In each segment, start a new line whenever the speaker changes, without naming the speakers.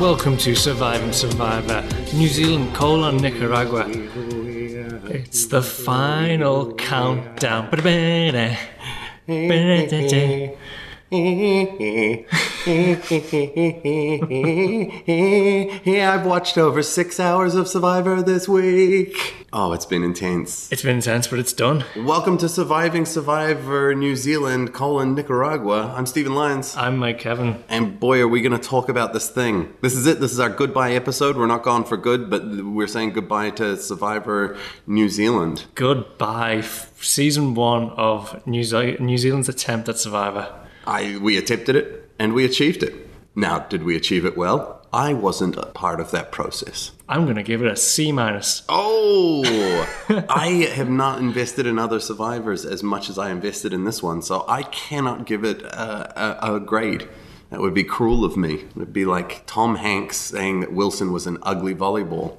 Welcome to Survive and Survivor, New Zealand colon Nicaragua. It's the final countdown.
yeah, I've watched over six hours of Survivor this week. Oh, it's been intense.
It's been intense, but it's done.
Welcome to Surviving Survivor New Zealand, colon Nicaragua. I'm Stephen Lyons.
I'm Mike Kevin.
And boy, are we going to talk about this thing. This is it. This is our goodbye episode. We're not gone for good, but we're saying goodbye to Survivor New Zealand.
Goodbye, f- season one of New, Ze- New Zealand's attempt at Survivor.
I, we attempted it and we achieved it. Now, did we achieve it well? I wasn't a part of that process.
I'm going to give it a C minus.
Oh, I have not invested in other survivors as much as I invested in this one, so I cannot give it a, a, a grade. That would be cruel of me. It would be like Tom Hanks saying that Wilson was an ugly volleyball.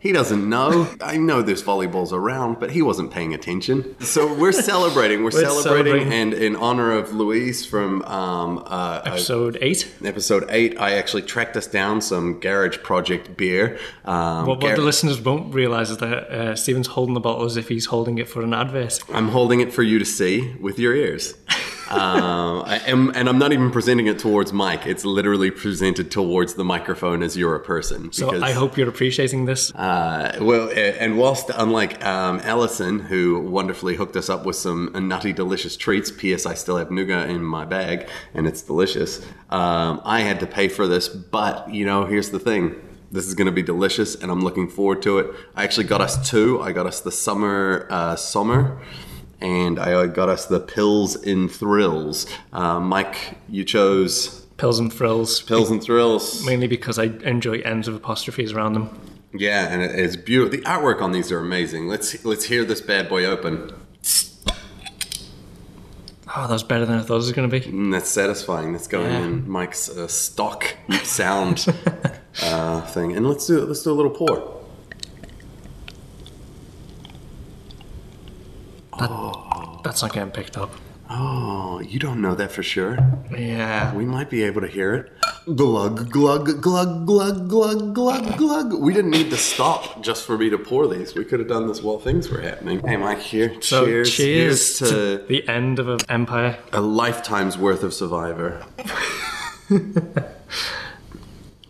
He doesn't know. I know there's volleyballs around, but he wasn't paying attention. So we're celebrating. We're, celebrating,
celebrating.
and in honor of Louise from um, uh, uh,
Episode eight.
episode eight, I actually tracked us down some garage project beer. Um,
What, what
gar-
the listeners won't realise is that uh, Stephen's holding the bottle as if he's holding it for an advert.
I'm holding it for you to see with your ears. um, I am, and I'm not even presenting it towards Mike. It's literally presented towards the microphone as you're a person.
So I hope you're appreciating this.
Uh, well, a- and whilst unlike um, Allison, who wonderfully hooked us up with some nutty, delicious treats. P.S. I still have nougat in my bag, and it's delicious. Um, I had to pay for this, but you know, here's the thing. This is going to be delicious, and I'm looking forward to it. I actually got us two. I got us the summer, uh, summer, and I uh, got us the pills in thrills. Uh, Mike, you chose
Pills and frills.
pills and thrills.
Mainly because I enjoy ends of apostrophes around them.
Yeah, and it is beautiful. The artwork on these are amazing. Let's let's hear this bad boy open.
Oh, that was better than I thought it was going to be.
Mm, that's satisfying. That's going in Mike's uh, stock sound uh, thing. And let's do let's do a little pour.
That's not getting picked up.
Oh, you don't know that for sure.
Yeah.
We might be able to hear it. Glug glug glug glug glug glug glug. We didn't need to stop just for me to pour these. We could have done this while things were happening. Hey, Mike, here.
So
cheers.
cheers,
Here's
to, the end of an empire.
a lifetime's worth of Survivor.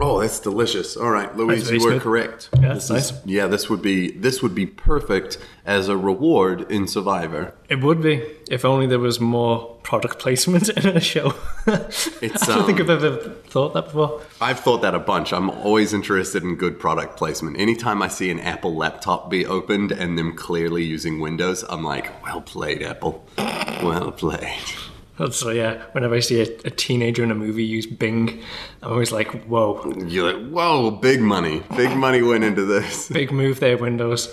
oh, that's delicious. All right, Louise,
That's
you
very
were
smooth.
correct.
Yeah,
this
nice.
Is, yeah, this would be this would be perfect as a reward in Survivor.
It would be if only there was more product placement in a show. I don't think
um,
I've ever thought that before.
I've thought that a bunch. I'm always interested in good product placement. Anytime I see an Apple laptop be opened and them clearly using Windows, I'm like, well played, Apple. Well played.
So yeah, whenever I see a, a teenager in a movie use Bing, I'm always like, "Whoa,
You're like, whoa, big money. Big money went into this.
big move there, Windows,"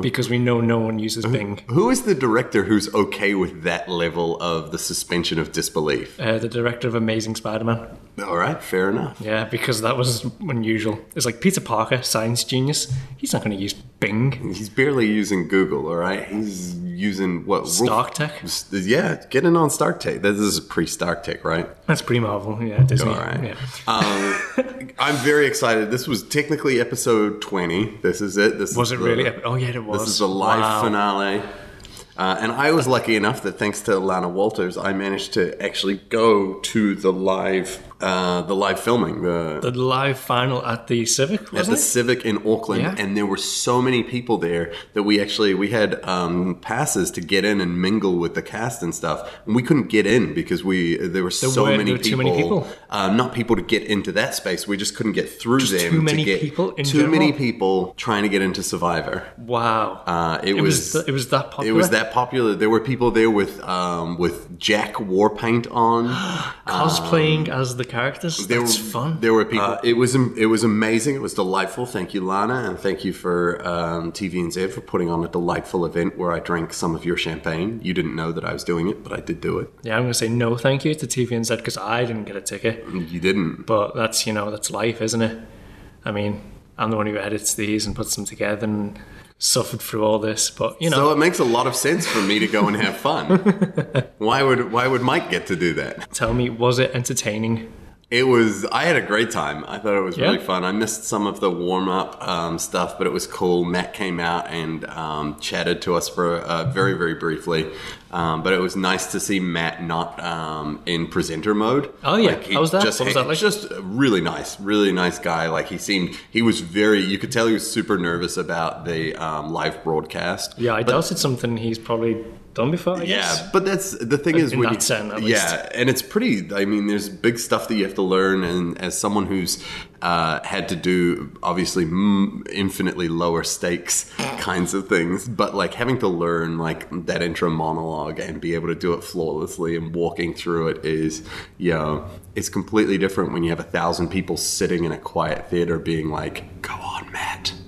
because we know no one uses Bing.
Who is the director who's okay with that level of the suspension of disbelief?
Uh, the director of Amazing Spider-Man.
All right, fair enough.
Yeah, because that was unusual. It's like Peter Parker, science genius. He's not going to use Bing.
He's barely using Google, all right? He's using what?
Stark Tech.
Roof- Yeah, get in on Stark Tech. This is pre Stark Tech, right?
That's pretty Marvel. Yeah, Disney.
All right.
Yeah.
Um, I'm very excited. This was technically episode 20. This is it. This
Was
is
it
the-
really? Oh yeah, it was.
This is the live
Wow.
finale. Uh, and I was lucky enough that thanks to Lana Walters, I managed to actually go to the live, uh, the live filming, the,
The live final at the Civic,
at
wasn't
the
it?
Civic in Auckland,
Yeah.
and there were so many people there that we actually we had um, passes to get in and mingle with the cast and stuff, and we couldn't get in because we there were so
were-
many
there were
people,
too many people.
Uh, not people to get into that space. We just couldn't get through them.
too many
to get,
people in
too many
general?
people trying to get into Survivor.
Wow.
Uh, it,
it was.
was.
th- it was that popular.
it was that popular. There were people there with um, with Jack war paint on.
cosplaying as the characters.
There
That's
um, were,
fun. Uh,
There were people. it was it was amazing. It was delightful. Thank you, Lana, and thank you for um, TV and Z for putting on a delightful event where I drank some of your champagne. You didn't know that I was doing it, but I did do it.
yeah, I'm gonna say no, thank you to TVNZ because I didn't get a ticket.
You didn't.
But that's you know that's life, isn't it? I mean, I'm the one who edits these and puts them together and suffered through all this. But, you know,
So it makes a lot of sense for me to go and have fun. why would why would Mike get to do that?
tell me, was it entertaining?
It was I had a great time. I thought it was really
Yeah.
fun. I missed some of the warm up um, stuff, but it was cool. Matt came out and um, chatted to us for uh, very very briefly, um, but it was nice to see Matt not um, in presenter mode.
Oh, yeah.
he
I was there.
Just,
What was that like?
just a really nice, really nice guy. Like he seemed he was very. You could tell he was super nervous about the um, live broadcast.
Yeah, I doubted something he's probably done before, I
Yeah,
guess.
but that's the thing is
in
when
that
you,
sense, at
yeah, and it's pretty. I mean, there's big stuff that you have to learn, and as someone who's uh, had to do obviously mm, infinitely lower stakes kinds of things, but like having to learn like that intro monologue and be able to do it flawlessly and walking through it is, you know, it's completely different when you have a thousand people sitting in a quiet theater being like, "Go on, Matt."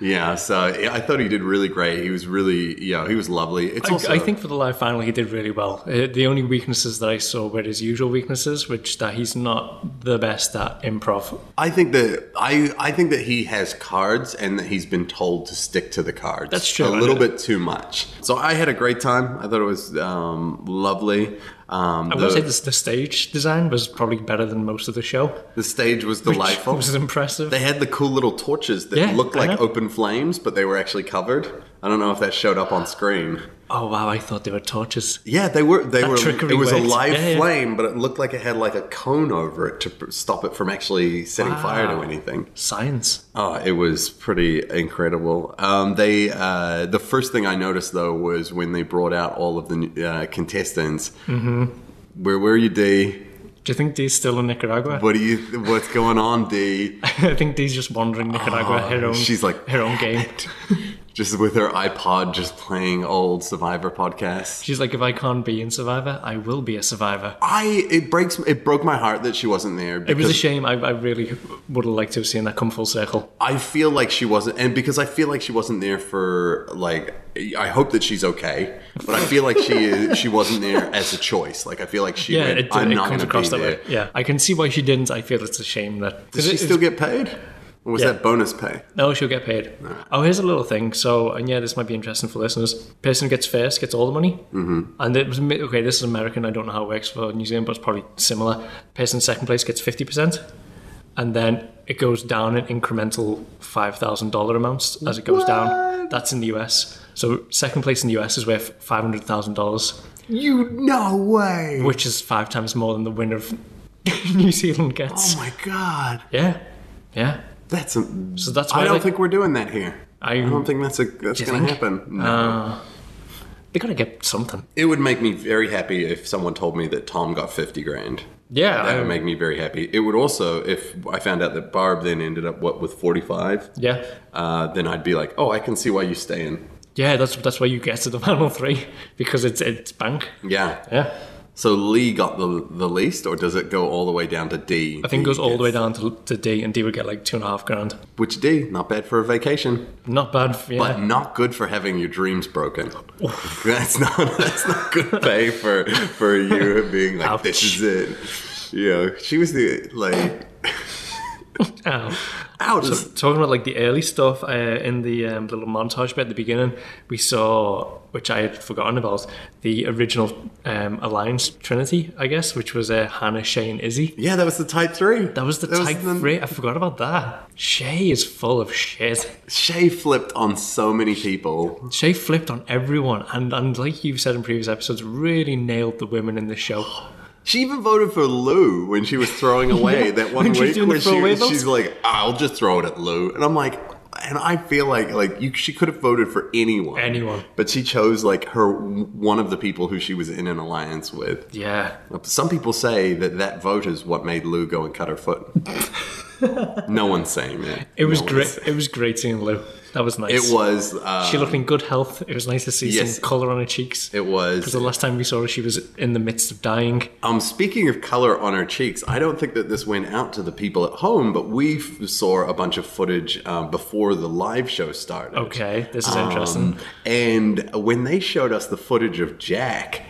Yeah, so yeah, I thought he did really great. He was really, yeah, he was lovely. It's
I,
also,
I think for the live final, he did really well. Uh, the only weaknesses that I saw were his usual weaknesses, which that he's not the best at improv.
I think that I I think that he has cards and that he's been told to stick to the cards.
That's true,
A
I
little
know.
bit too much. So I had a great time. I thought it was um, lovely. Um,
I
the,
would say this, the stage design was probably better than most of the show.
the stage was delightful.
Which was impressive.
they had the cool little torches that
Yeah,
looked
I
like
know.
open flames, but they were actually covered. I don't know if that showed up on screen.
oh, wow, I thought they were torches.
Yeah, they were. They
That
were.
trickery
It was a
worked.
live
Yeah, yeah.
flame, but it looked like it had like a cone over it to pr- stop it from actually setting fire to anything.
Science.
Oh, it was pretty incredible. Um, they uh, the first thing I noticed though was when they brought out all of the uh, contestants. Mm-hmm. Where were you, D?
Do you think Dee's still in Nicaragua?
What do you? What's going on, D?
I think Dee's just wandering Nicaragua,
Oh,
her own,
she's like,
her own game.
Just with her iPod, just playing old Survivor podcasts.
She's like, if I can't be in Survivor, I will be a Survivor.
I it breaks it broke my heart that she wasn't there.
It
Because
was a shame. I, I really would have liked to have seen that come full circle.
I feel like she wasn't, and because I feel like she wasn't there for like, I hope that she's okay, but I feel like she is, she wasn't there as a choice. Like I feel like she
Yeah,
went,
it,
I'm
it
not going
comes
to
across
be
that
there.
way. Yeah, I can see why she didn't. I feel it's a shame that.
Did she
it's-
still get paid? Or was
Yeah.
that bonus pay?
No, she'll get paid. Oh, here's a little thing. So, and yeah, this might be interesting for listeners. Person who gets first gets all the money. Mm-hmm. And it was okay. This is American. I don't know how it works for New Zealand, but it's probably similar. Person in second place gets fifty percent, and then it goes down in incremental five thousand dollar amounts as it goes down. That's in the US. So, second place in the US is worth five hundred thousand dollars,
You no way!
which is five times more than the winner of New Zealand
Oh
gets.
my god,
Yeah, yeah.
that's a. So
that's
I
why,
don't
like-
think we're doing that here.
I-
I don't think that's a that's
you
going to
think? Uh.
happen. No.
They gotta get something.
it would make me very happy if someone told me that Tom got fifty grand.
Yeah, um,
That
I-
would make me very happy. It would also, if I found out that Barb then ended up what with forty five,
yeah.
uh, then I'd be like, oh, I can see why you stay in.
Yeah, that's that's why you get to the final three because it's it's bank.
Yeah.
Yeah,
So Lee got the the least, or does it go all the way down to D?
I think it goes all the way down to, to D, and D would get like two and a half grand.
Which D? Not bad for a vacation,
Not bad. For, yeah,
but not good for having your dreams broken. that's not that's not good pay for for you being like this
Ouch.
is it. You know, she was the like
Ow.
ouch.
talking about like the early stuff uh, in the um, little montage bit at the beginning, we saw, which I had forgotten about, the original um, Alliance Trinity, I guess, which was uh, Hannah, Shay, and Izzy.
yeah, that was the type three.
That was the type three. I forgot about that. Shay is full of shit.
Shay flipped on so many people.
Shay flipped on everyone, and, and like you've said in previous episodes, really nailed the women in the show.
She even voted for Lou when she was throwing away
Yeah,
that one
when she was
week
doing
where
the throwaway
she,
votes.
she's like, "I'll just throw it at Lou," and I'm like, and I feel like like you, she could have voted for anyone,
Anyone.
but she chose like her one of the people who she was in an alliance with.
Yeah,
Some people say that that vote is what made Lou go and cut her foot. no one's saying that.
It was
No one's
great.
saying-
It was great seeing Lou. That was nice.
It was. Uh,
She looked in good health. It was nice to see
Yes.
some color on her cheeks.
it was.
the last time we saw her, she was in the midst of dying.
Um, speaking of color on her cheeks, I don't think that this went out to the people at home, but we f- saw a bunch of footage um, before the live show started.
Okay, this is
Um,
interesting.
and when they showed us the footage of Jack,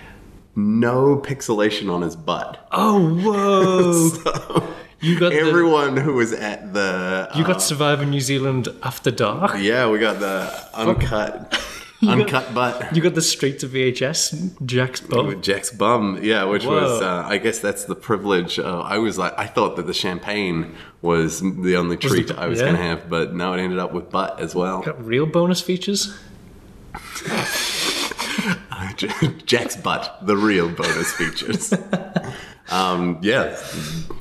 no pixelation on his butt.
Oh whoa! You got the,
Everyone who was at the
you
uh,
got Survivor New Zealand after dark.
yeah, we got the uncut uncut butt.
You Oh. got the straight to VHS Jack's
With
bum.
Jack's bum, yeah, which was,
Whoa.
uh, I guess that's the privilege. Uh, I was like, I thought that the champagne was the only treat
the-
I was
yeah.
going to have, but no, it ended up with butt as well.
Got real bonus features.
Jack's butt, the real bonus features. um, yeah,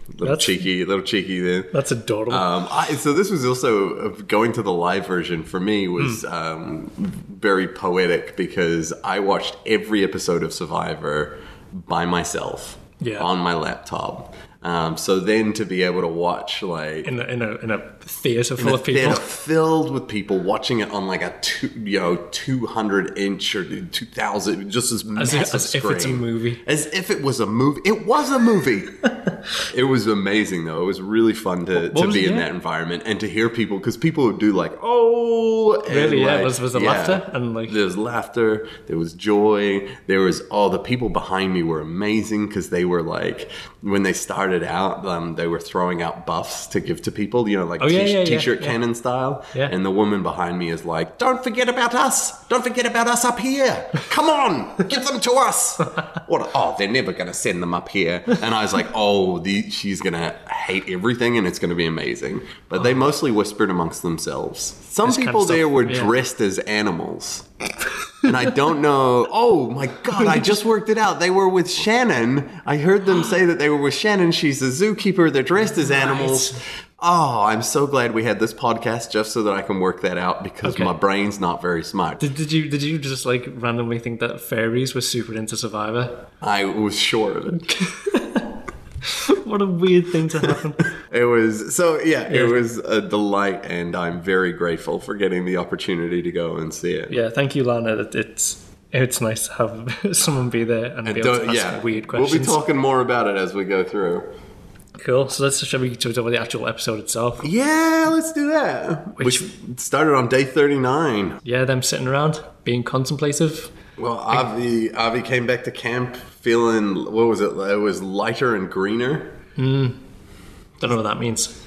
little
That's-
cheeky, little cheeky there.
That's adorable.
Um, I, so this was also uh, going to the live version for me was
Hmm.
um, very poetic because I watched every episode of Survivor by myself
Yeah.
on my laptop. Um, so then to be able to watch like
in a, in a in a theater full of
they're
people.
filled with people watching it on like a two, you know, two hundred inch or two thousand, just as
As
massive
if, as if it's a
screen.
movie.
As if it was a movie. It was a movie. it was amazing, though. It was really fun to, to
was
be
it?
in
Yeah.
that environment and to hear people because people do like, oh, and
Really, yeah,
like,
was- was there laughter? And, like-
there was laughter, there was joy, there was all the people behind me were amazing because they were like when they started out, um, they were throwing out buffs to give to people, you know, like
Oh, yeah, yeah, yeah,
t-shirt
yeah.
cannon style,
Yeah.
and the woman behind me is like, "Don't forget about us! Don't forget about us up here! Come on, give them to us!" What? Oh, they're never going to send them up here. And I was like, "Oh, the, she's going to hate everything, and it's going to be amazing." But they mostly whispered amongst themselves. Some
kind of
people there
Oh. stuff,
were
yeah.
dressed as animals. And I don't know. Oh my God, I just worked it out. They were with Shannon. I heard them say that they were with Shannon. She's a zookeeper. They're dressed as animals. Oh, I'm so glad we had this podcast just so that I can work that out because
Okay.
my brain's not very smart.
Did, did you did you just like randomly think that fairies were super into Survivor?
I was sure of it.
What a weird thing to happen.
It was so, yeah, it was a delight, and I'm very grateful for getting the opportunity to go and see it.
yeah, thank you, Lana. That it's it's nice to have someone be there and, be able to
Don't-
ask
yeah,
weird
we'll be
questions.
talking more about it as we go through.
cool. So let's shall we talk about the actual episode itself?
Yeah, let's do that.
Which-
Which started on day 39.
Yeah, them sitting around being contemplative.
Well, Avi Avi came back to camp feeling what was it? It was lighter and greener.
Don't know what that means.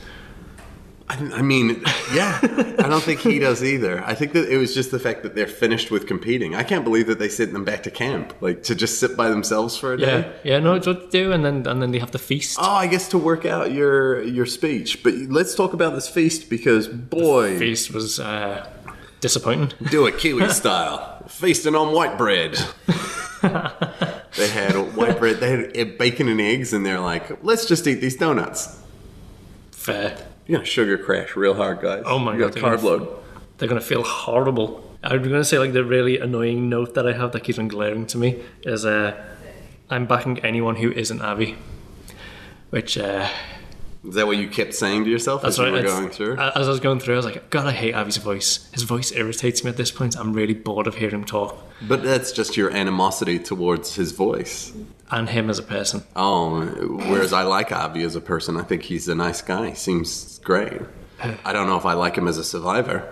I, I mean, yeah, I don't think he does either. I think that it was just the fact that they're finished with competing. I can't believe that they sent them back to camp, like to just sit by themselves for a day.
Yeah, yeah, no, it's what to do, and then and then they have the feast.
Oh, I guess to work out your your speech. But let's talk about this feast because boy,
Feast was uh, disappointing.
Do it Kiwi style. Feasting on white bread. they had white bread, they had e- bacon and eggs, and they're like, let's just eat these donuts.
Fair.
You're gonna sugar crash real hard, guys.
Oh my
you
God,
got
they're
carb
gonna-
load.
They're gonna feel horrible. I'm gonna say like the really annoying note that I have that keeps on glaring to me is uh, I'm backing anyone who isn't Abby, which uh,
Is that what you kept saying to yourself
that's
as
what
you were
it's-
going through?
As I was going through, I was like, God, I hate Abby's voice. His voice irritates me at this point. I'm really bored of hearing him talk
but that's just your animosity towards his voice.
and him as a person.
Oh, whereas I like Avi as a person, I think he's a nice guy. Seems great. I don't know if I like him as a survivor.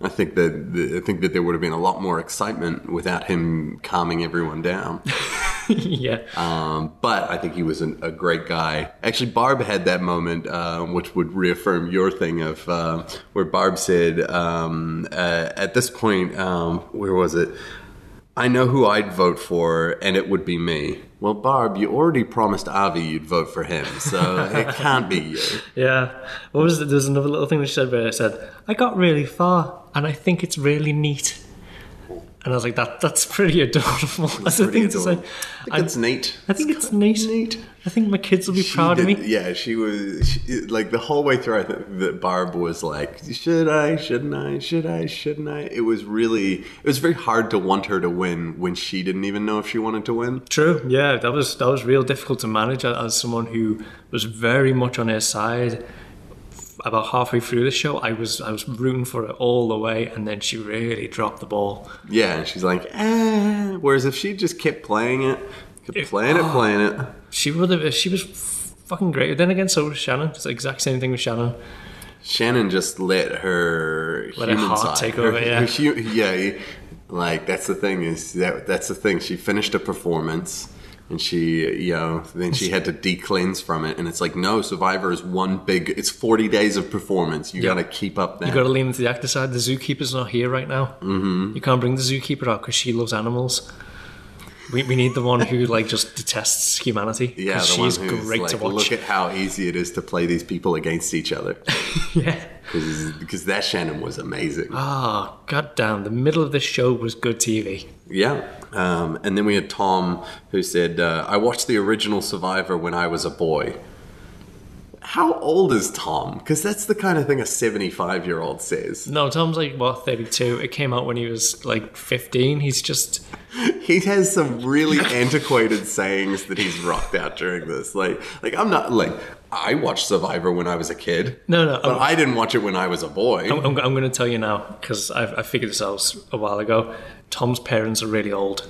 I think that I think that there would have been a lot more excitement without him calming everyone down.
yeah,
Um, but I think he was an, a great guy. Actually, Barb had that moment, um, which would reaffirm your thing of um where Barb said, um, uh, at this point, um, where was it? I know who I'd vote for, and it would be me. Well, Barb, you already promised Avi you'd vote for him, so it can't be you.
yeah. What was it? There's another little thing that she said where I said, I got really far, and I think it's really neat. And I was like, that that's pretty adorable. That's a
Pretty
thing to say.
adorable. I think
And-
it's neat.
I think it's neat. I think my kids will be
She
proud of
did-
me.
Yeah, she was she, like the whole way through. I think that Barb was like, "Should I? Shouldn't I? Should I? Shouldn't I?" It was really, it was very hard to want her to win when she didn't even know if she wanted to win.
True. Yeah, that was that was real difficult to manage a- as someone who was very much on her side. About halfway through the show, I was I was rooting for her all the way, and then she really dropped the ball.
Yeah, and she's like, "Eh." Whereas if she just kept playing it, kept playing it, playing it,
She would have. She was f- fucking great. Then again, so was Shannon. It's the exact same thing with Shannon.
Shannon just let her
Let her
human
heart
side
take over, yeah.
hu- yeah, like that's the thing is that that's the thing. She finished a performance. and she you know then she had to de-cleanse from it and it's like no survivor is one big it's 40 days of performance you
Yeah.
gotta keep up that
You got to lean into the actor side. The zookeeper's not here right now. Mm-hmm. You can't bring the zookeeper out because she loves animals. We, we need the one who like just detests humanity. 'cause
yeah the
she's
one who's
great
like,
to watch.
look at how easy it is to play these people against each other
yeah.
because that shannon was amazing
Oh goddamn! The middle of this show was good TV.
Yeah. Um, and then we had Tom who said, uh, I watched the original Survivor when I was a boy. How old is Tom? Because that's the kind of thing a 75 year old says.
No, Tom's like what thirty-two. It came out when he was like fifteen. He's just
He has some really antiquated sayings that he's rocked out during this. Like, like I'm not like, I watched Survivor when I was a kid.
no, no.
But
I'm,
I didn't watch it when I was a boy.
I'm, I'm going to tell you now because I figured this out a while ago. Tom's parents are really old.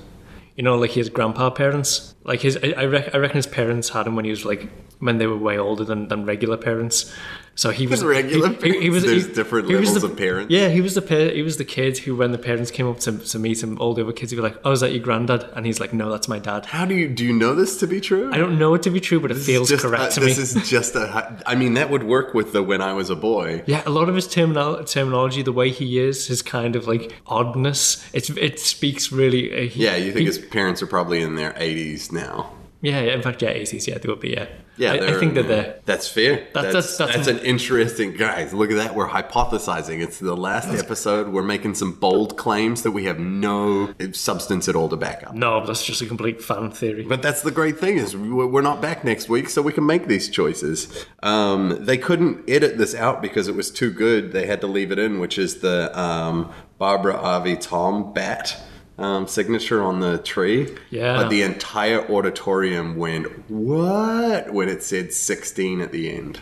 You know, like his grandpa parents. Like his, I, I, rec- I reckon his parents had him when he was like when they were way older than, than regular parents. So he was
Regular
he-
parents? There's different
was
levels
the-
of parents.
Yeah, he was the pa- he was the kid who, when the parents came up to, to meet him, all the other kids would be like, "Oh, is that your granddad?" And he's like, "No, that's my dad."
How do you, do you know this to be true?
I don't know it to be true, but it feels
Just,
correct
uh,
to me.
this is just a. I mean, that would work with the when I was a boy.
Yeah, a lot of his terminal- terminology, the way he is, his kind of like oddness, it's, it speaks really. Uh, he-
Yeah, you think
he-
his parents are probably in their 80s now.
Yeah, yeah, in fact, yeah, 80s, yeah, they would be, yeah. I,
Yeah,
I
they're
think
in
that they're.
That's fair. That's that's,
that's- that's-
an interesting guys. Look at that. We're hypothesizing. It's the last episode. We're making some bold claims that we have no substance at all to back up.
No, that's just a complete fan theory.
But that's the great thing is we're we're not back next week, so we can make these choices. Um, they couldn't edit this out because it was too good. They had to leave it in, which is the um, Barbara Avi Tom bat um, signature on the tree.
Yeah.
But the entire auditorium went what when it said sixteen at the end.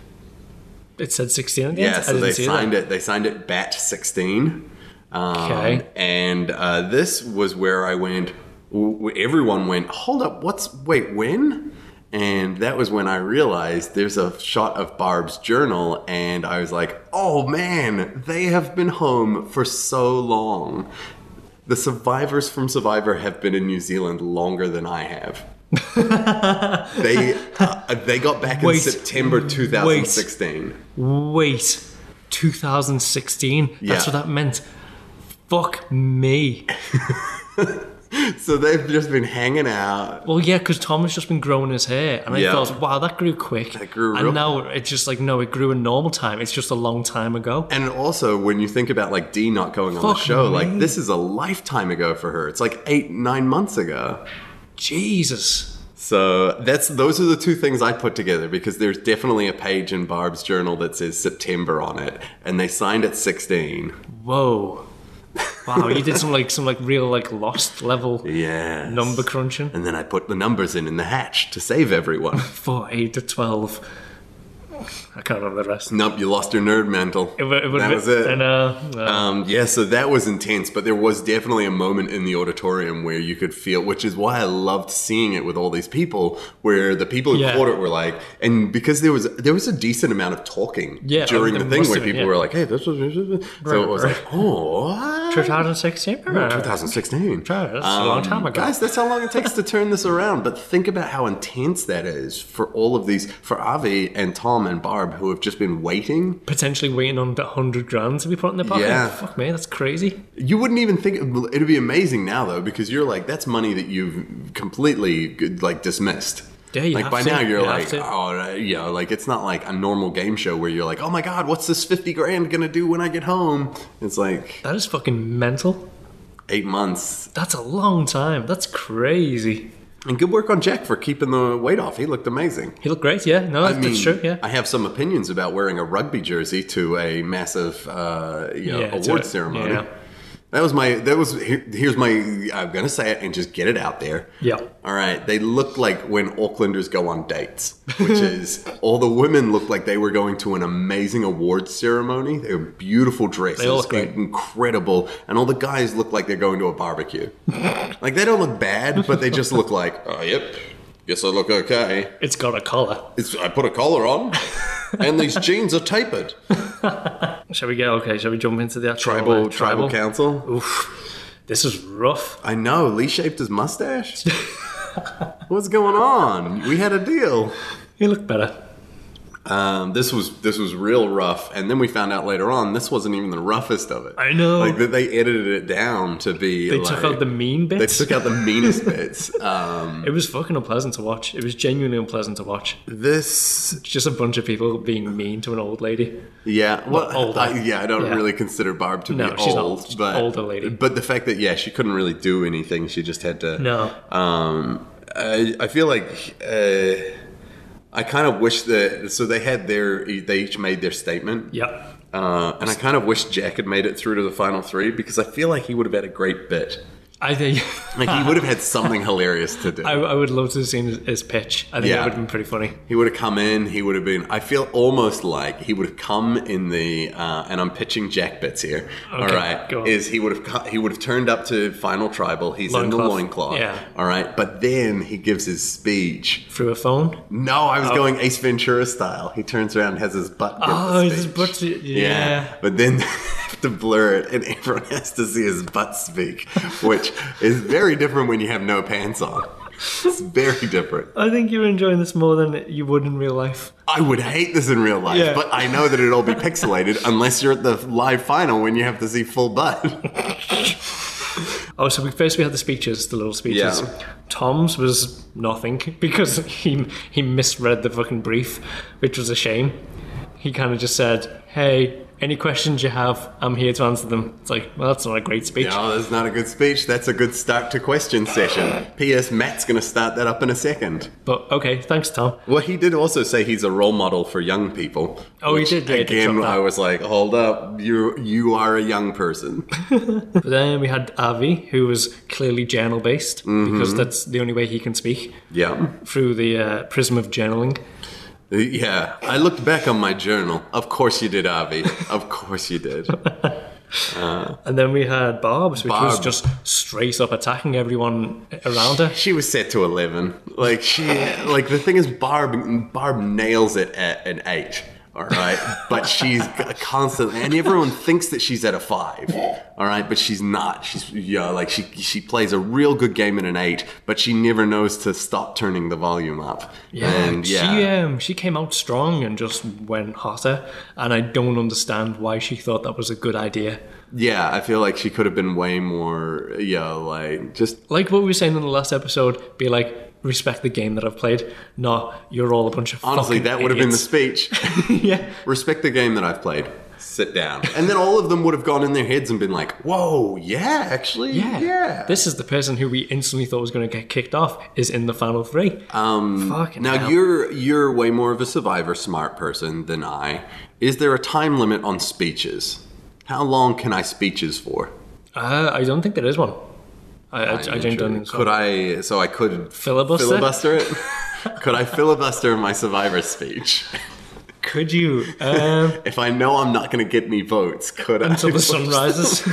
it said 16 at the
Yeah,
end. I
so
didn't
they
see
signed
that.
it. They signed it Bat sixteen. Um,
Okay.
And uh, this was where I went. w- Everyone went. Hold up. What's wait when? And that was when I realized there's a shot of Barb's journal, and I was like, "Oh man, they have been home for so long. The survivors from Survivor have been in New Zealand longer than I have. they uh, they got back
Wait.
in September 2016.
Wait, 2016?
Yeah.
That's what that meant. Fuck me.
So they've just been hanging out.
Well, yeah, because Tom has just been growing his hair, and I
Yeah.
thought, wow, that grew quick. That
grew real-
And now it's just like, no, it grew in normal time. It's just a long time ago.
And also, when you think about like Dee not going on the
Fuck
show,
me.
like this is a lifetime ago for her. It's like eight, nine months ago.
Jesus.
So that's those are the two things I put together because there's definitely a page in Barb's journal that says September on it, and they signed at 16.
Whoa. Wow, you did some like some like real like lost level
Yeah.
number crunching.
And then I put the numbers in in the hatch to save everyone.
Four, eight to twelve. I can't remember the rest.
nope, you lost your nerd mantle.
It, wa- it would've
that
been-
was it.
And, uh, uh,
Um, yeah, so that was intense, but there was definitely a moment in the auditorium where you could feel, which is why I loved seeing it with all these people, where the people who
Yeah.
caught it were like, and because there was there was a decent amount of talking
Yeah,
during
there
the thing
must
where
have been, yeah.
people were like, hey, this was, so it was
Right,
like, oh, what?
2016.
2016.
Sure, that's a long time ago.
Um, Guys, that's how long it takes to turn this around. But think about how intense that is for all of these, for Avi and Tom and Barb, who have just been waiting.
Potentially waiting on that hundred grand to be put in their pocket.
Yeah.
Fuck me, that's crazy.
You wouldn't even think it'd be amazing now, though, because you're like that's money that you've completely like dismissed.
Yeah, you
like
have
by
to.
now you're
You have
like,
to.
oh, you know, like it's not like a normal game show where you're like, oh my god, what's this fifty grand gonna do when I get home? It's like
That is fucking mental.
eight months.
That's a long time. That's crazy.
And good work on Jack for keeping the weight off. He looked amazing.
He looked great. Yeah, no, that's,
I mean,
that's true. Yeah.
I have some opinions about wearing a rugby jersey to a massive, uh, you know,
Yeah, to
award
it.
ceremony.
Yeah.
That was my. That was here, here's my. I'm gonna say it and just get it out there.
Yeah.
All right. They look like when Aucklanders go on dates, which is all the women looked like they were going to an amazing awards ceremony. They were beautiful dresses,
They all look great.
incredible, and all the guys look like they're going to a barbecue. like they don't look bad, but they just look like, oh, yep. Guess I look okay.
It's got a collar.
It's, I put a collar on, and these jeans are tapered.
Shall we get okay? Shall we jump into the actual
Tribal,
uh,
tribal council.
Oof, this is rough.
I know. Lee shaved his mustache. What's going on? We had a deal.
You look better.
Um, this was this was real rough, and then we found out later on this wasn't even the roughest of it.
I know.
like that they edited it down to be.
They
like,
took out the mean
they
bits.
took out the meanest bits. Um,
it was fucking unpleasant to watch. It was genuinely unpleasant to watch.
this,
It's just a bunch of people being mean to an old lady.
yeah, well,
older.
I, yeah, I don't
Yeah.
really consider Barb to
No,
be
she's not.
old,
She's
but
older lady.
But the fact that yeah, she couldn't really do anything. She just had to.
No.
Um, I, I feel like uh, I kind of wish that so they had their they each made their statement.
Yeah.
Uh, and I kind of wish Jack had made it through to the final three because I feel like he would have had a great bit.
I think
Like he would have had something hilarious to do.
I, I would love to have seen his, his pitch. I think
Yeah.
that would have been pretty funny.
He would have come in. He would have been. I feel almost like he would have come in the. Uh, and I'm pitching Jack bits here. all right,
go on.
is he would have co- he would have turned up to final tribal. He's in the
Loincloth.
loincloth.
Yeah.
All right, but then he gives his speech.
Through a phone.
No, I was going Ace Ventura style. He turns around, and has his butt. give
Oh,
the
his
speech.
butt. Yeah.
But then they have to blur it, and everyone has to see his butt speak, which is very different when you have no pants on. It's very different.
I think you're enjoying this more than you would in real life.
I would hate this in real life,
Yeah.
but I know that it'd all be pixelated unless you're at the live final when you have to see full butt.
Oh, so we first we had the speeches, the little speeches.
Yeah.
Tom's was nothing because he he misread the fucking brief, which was a shame. He kind of just said, "Hey, any questions you have, I'm here to answer them." It's like, well, that's not a great speech.
No, that's not a good speech. That's a good start to question session. P.S. Matt's going to start that up in a second.
But okay, thanks, Tom.
Well, he did also say he's a role model for young people.
Oh, he
which,
did, yeah, he did
Again,
drop that.
I was like, hold up, you you are a young person.
But then we had Avi, who was clearly journal based because that's the only way he can speak
Yeah.
through the uh, prism of journaling.
Yeah, I looked back on my journal. Of course you did, Avi. Of course you did.
And then we had Barb's, which was
Barb.
just straight up attacking everyone around her.
She was set to eleven. Like she, like the thing is, Barb, Barb nails it at an eight. All right, but she's constantly, and everyone thinks that she's at a five. All right, but she's not. She's yeah, like she she plays a real good game at an eight, but she never knows to stop turning the volume up.
Yeah,
and yeah,
she um, she came out strong and just went hotter, and I don't understand why she thought that was a good idea.
yeah, I feel like she could have been way more. Yeah, like just
Like what we were saying in the last episode, be like respect the game that I've played. Not you're all a bunch of
honestly,
fucking
that would have been the
idiots."
speech.
yeah.
respect the game that I've played. Sit down. And then all of them would have gone in their heads and been like, whoa, yeah, actually,
yeah,
yeah.
This is the person who we instantly thought was going to get kicked off is in the final three. Um, Fucking
now
hell.
you're you're way more of a survivor smart person than I. Is there a time limit on speeches? How long can I speeches for?
Uh, I don't think there is one. I, I, I, don't
Sure.
think so.
Could I so I could
Filibuster?
filibuster it? could I filibuster my survivor speech?
Could you? Um,
If I know I'm not going to get any votes, could I?
until the sun rises.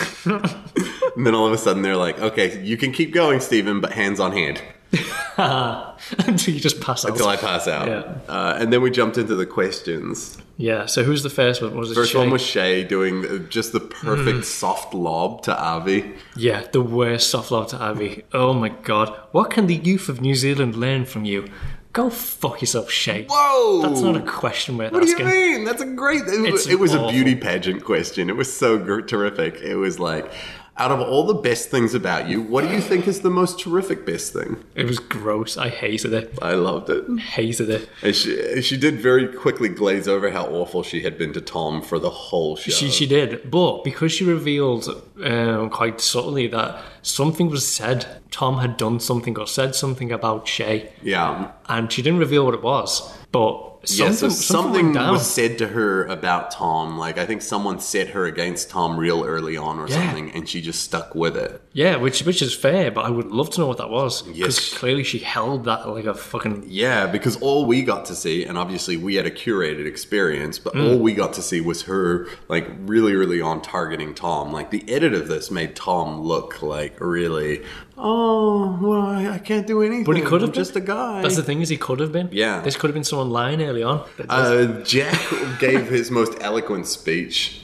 And then all of a sudden they're like, okay, you can keep going, Stephen, but hands on hand.
until you just pass out.
Till I pass out.
Yeah.
Uh, and then we jumped into the questions.
Yeah. So who's the first one? Was it
First one
Shay?
was Shay doing the- just the
Hmm.
perfect soft lob to Avi.
Yeah, the worst soft love to Abby. Oh my god. What can the youth of New Zealand learn from you? Go fuck yourself, Shay.
Whoa!
That's not a question worth
What do you
asking.
mean? That's a great. It, was-
It's
it was
awful.
a beauty pageant question. It was so gr- terrific. It was like, out of all the best things about you, what do you think is the most terrific best thing?
It was gross. I hated it.
I loved it.
Hated it.
And she, she did very quickly glaze over how awful she had been to Tom for the whole show.
She she did, but because she revealed um, quite subtly that something was said, Tom had done something or said something about Shay,
yeah.
and she didn't reveal what it was. But something,
Yeah, so
something,
something
went down.
was said to her about Tom. Like I think someone set her against Tom real early on or
Yeah.
something, and she just stuck with it.
Yeah, which which is fair, but I would love to know what that was because
Yes.
clearly she held that like a fucking
Yeah, because all we got to see, and obviously we had a curated experience, but
Mm.
all we got to see was her like really, really on targeting Tom. Like the edit of this made Tom look like really, oh well, I, I can't do anything.
But he could have
I'm
been.
just a guy.
That's the thing is he could have been.
Yeah.
this could have been someone lying early on.
Uh, Jack gave his most eloquent speech.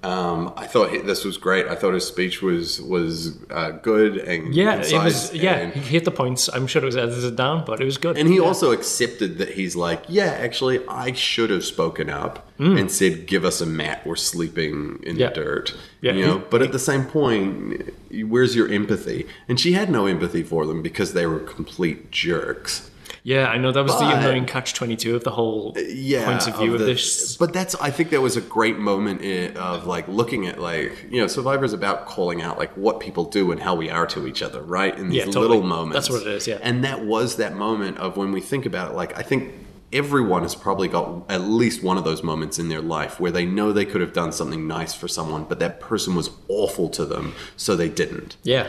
Um, I thought he, this was great. I thought his speech was was uh, good and
Yeah, it
concise
was. Yeah,
and-
he hit the points. I'm sure it was edited down, but it was good.
And he
Yeah.
also accepted that he's like, yeah, actually, I should have spoken up and said, give us a mat. We're sleeping in
Mm. Yeah.
the dirt.
Yeah,
You know,
he-
but at the same point, where's your empathy? And she had no empathy for them because they were complete jerks.
Yeah, I know that was
But- Uh,
the annoying catch twenty two of the whole
Yeah.
points of view of,
the-
this.
But that's, I think that was a great moment in, of like looking at like, you know, Survivor's about calling out like what people do and how we are to each other, right? In these
Yeah, totally.
little moments.
That's what it is, yeah.
And that was that moment of when we think about it, like, I think everyone has probably got at least one of those moments in their life where they know they could have done something nice for someone, but that person was awful to them, so they didn't.
Yeah,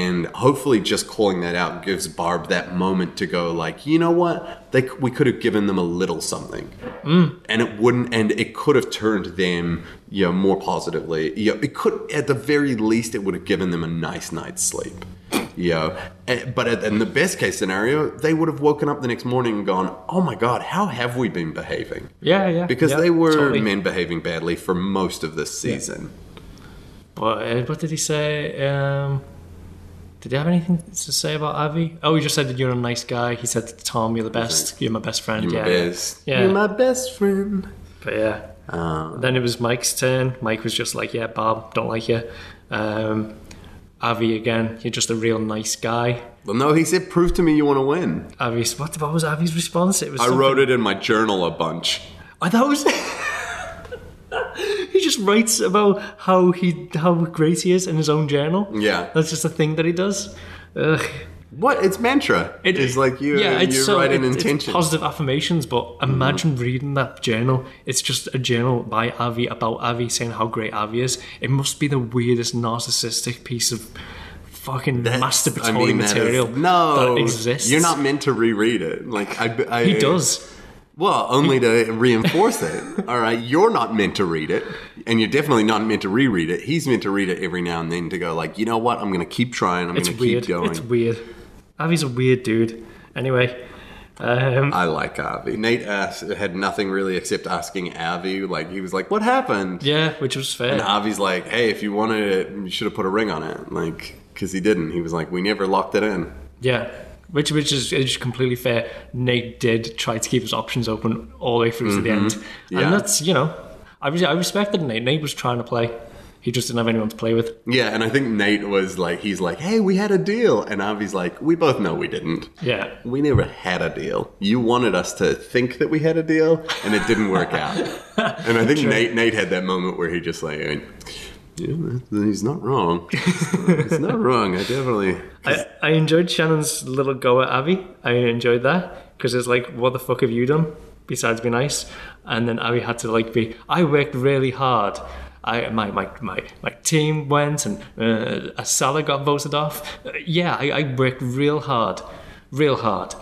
And hopefully, just calling that out gives Barb that moment to go, like, you know what? They, we could have given them a little something.
Mm.
And it wouldn't, and it could have turned them, you know, more positively. You know, it could, at the very least, it would have given them a nice night's sleep. You know, And- but at, in the best case scenario, they would have woken up the next morning and gone, oh my God, how have we been behaving?
yeah, yeah.
Because
yeah,
they were
totally.
men behaving badly for most of this season.
But uh, what did he say? Um, did he have anything to say about Avi? Oh, he just said that you're a nice guy. He said, Tom, you're the best. You're my best friend.
You're
yeah.
my best.
Yeah.
You're my best friend.
But yeah.
Um,
then it was Mike's turn. Mike was just like, yeah, Bob, don't like you. Um, Avi again, you're just a real nice guy.
Well, no, he said, prove to me you want to win.
Avi's, what, what was Avi's response? It was
I
something-
wrote it in my journal a bunch.
I thought it was. he just writes about how he how great he is in his own journal.
Yeah.
that's just a thing that he does. Ugh.
What? It's mantra. It is like you,
yeah, it's
you Mm-hmm.
so,
write an
it- it's
intention.
positive affirmations, but imagine reading that journal. It's just a journal by Avi about Avi saying how great Avi is. It must be the weirdest narcissistic piece of fucking
That's-
masturbatory
I mean, that is-
material
no,
that exists.
You're not meant to reread it. Like I, I
He does.
Well, only to reinforce it. All right, you're not meant to read it, and you're definitely not meant to reread it. He's meant to read it every now and then to go like, you know what? I'm going to keep trying. I'm going
It's
to
weird.
keep going.
It's weird. Avi's a weird dude. Anyway, um,
I like Avi. Nate asked, had nothing really except asking Avi. Like he was like, "What happened?"
yeah, which was fair.
And Avi's like, hey, if you wanted it, you should have put a ring on it. Like, because he didn't. He was like, we never locked it in.
Yeah, which which is, is completely fair. Nate did try to keep his options open all the way through to the end,
Yeah.
and that's you know, I res- I respected Nate. Nate was trying to play. He just didn't have anyone to play with.
Yeah, and I think Nate was like, he's like, hey, we had a deal. And Avi's like, we both know we didn't.
Yeah,
We never had a deal. You wanted us to think that we had a deal, and it didn't work out. and I think Nate Nate had that moment where he just like, I mean, yeah, he's not wrong. He's not wrong. I definitely.
I, I enjoyed Shannon's little go at Abby. I enjoyed that because it's like, what the fuck have you done besides be nice? And then Abby had to like be, I worked really hard. I my my my, my team went and uh, a salad got voted off. Uh, yeah, I, I worked real hard, real hard.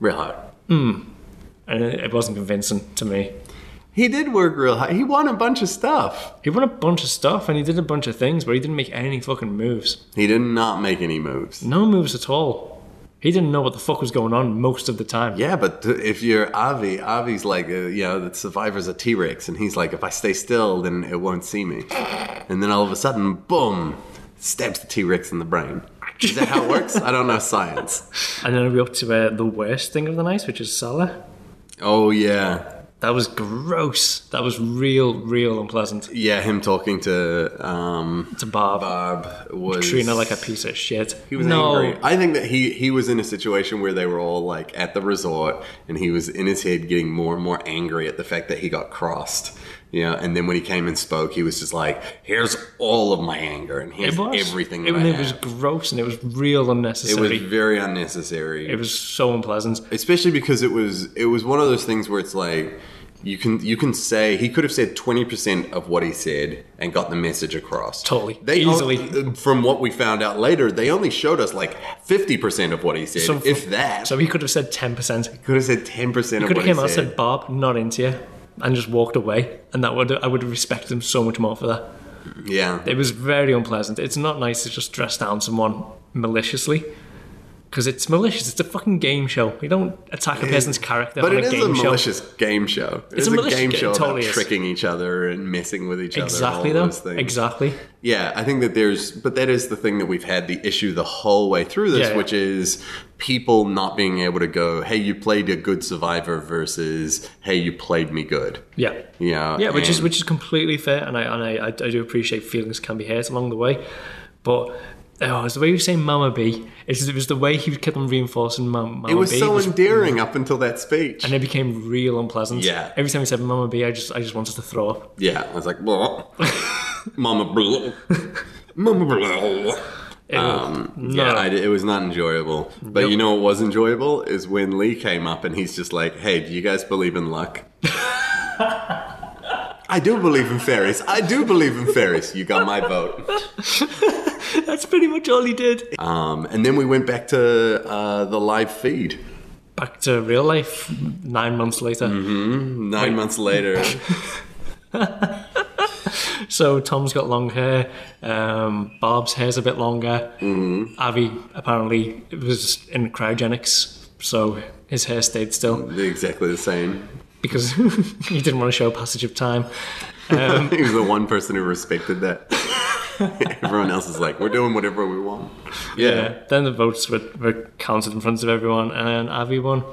Real hard.
and it it wasn't convincing to me.
He did work real hard. He won a bunch of stuff.
He won a bunch of stuff and he did a bunch of things, but he didn't make any fucking moves.
He did not make any moves.
No moves at all. He didn't know what the fuck was going on most of the time.
Yeah, but th- if you're Avi, Avi's like, uh, you know, the survivor's a T Rex, and he's like, if I stay still, then it won't see me. And then all of a sudden, boom, stabs the T Rex in the brain. Is that how it works? I don't know science.
And then we're up to uh, the worst thing of the night, which is Salah.
Oh, yeah.
That was gross. That was real, real unpleasant
Yeah, him talking to um,
to Barb.
Barb was.
Treating her like a piece of shit.
He was angry. I think that he he was in a situation where they were all like at the resort, and he was in his head getting more and more angry at the fact that he got crossed. You know, and then when he came and spoke, he was just like, "Here's all of my anger, and here's
It was
everything
It,
that I
it was
have."
gross and it was real
It was
unnecessary.
very unnecessary,
it was so unpleasant.
especially because it was it was one of those things where it's like you can you can say he could have said twenty percent of what he said and got the message across.
Totally.
they on-
Easily.
from what we found out later, they only showed us like fifty percent of what he said,
So-
if that.
So he could have said 10%.
Could have said ten percent of
could have
what he
came out and
said.
said, "Bob, not into you," and just walked away, and that would I would have respected him so much more for that.
yeah,
It was very unpleasant. It's not nice to just dress down someone maliciously. because it's malicious. It's a fucking game show. You don't attack a person's character
But
on
it
a
is
game
a
show.
malicious game show.
It's
it's
a
a,
malicious
game
ga-
show
it totally
about
is.
tricking each other and messing with each
Exactly
other. and all
though.
those things.
Exactly.
Yeah, I think that there's, but that is the thing that we've had the issue the whole way through this,
Yeah, yeah.
which is people not being able to go, hey, you played a good survivor versus, hey, you played me good.
Yeah.
You know,
Yeah, which is
and-
which is completely fair, and I and I, I, I do appreciate feelings can be hurt along the way, but oh, it's the way you say "Mama B." It's, it was the way he kept on reinforcing "Mama, Mama
it was
B."
so endearing up until that speech.
and it became real unpleasant.
Yeah.
Every time he said "Mama B," I just I just wanted to throw up.
yeah, I was like, "Blah." mama, blah. mama, blah.
Ew.
Um,
no.
Yeah, I, it was not enjoyable. But you know what was enjoyable is when Lee came up and he's just like, "Hey, do you guys believe in luck?" I do believe in fairies. I do believe in fairies. You got my vote.
That's pretty much all he did.
Um, and then we went back to uh, the live feed
Back to real life nine months later.
Mm-hmm. nine months later.
So Tom's got long hair. Um, Bob's hair's a bit longer.
Mm-hmm.
Avi apparently was in cryogenics, so his hair stayed still
exactly the same.
because he didn't want to show passage of time.
he was the one person who respected that. Everyone else is like, "We're doing whatever we want."
Yeah. Then the votes were, were counted in front of everyone, and Avi won.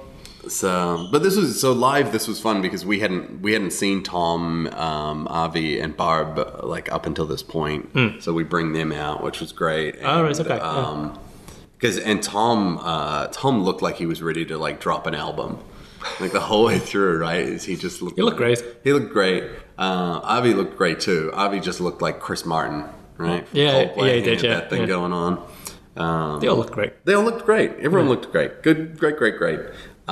So, but this was so live. This was fun because we hadn't we hadn't seen Tom, um, Avi, and Barb uh, like up until this point. So we bring them out, which was great. And,
Hmm. Oh, right, okay, yeah.
Um, because and Tom, uh, Tom looked like he was ready to like drop an album, like the whole way through. Right? Is He just looked.
He looked
like-
great.
He looked great. Uh, Avi looked great too. Avi just looked like Chris Martin, right? From
Yeah, yeah, he did,
had
yeah,
that thing
yeah.
going on. Um,
They all look great.
they all looked great.
Hmm.
Everyone looked great. Good, great, great, great.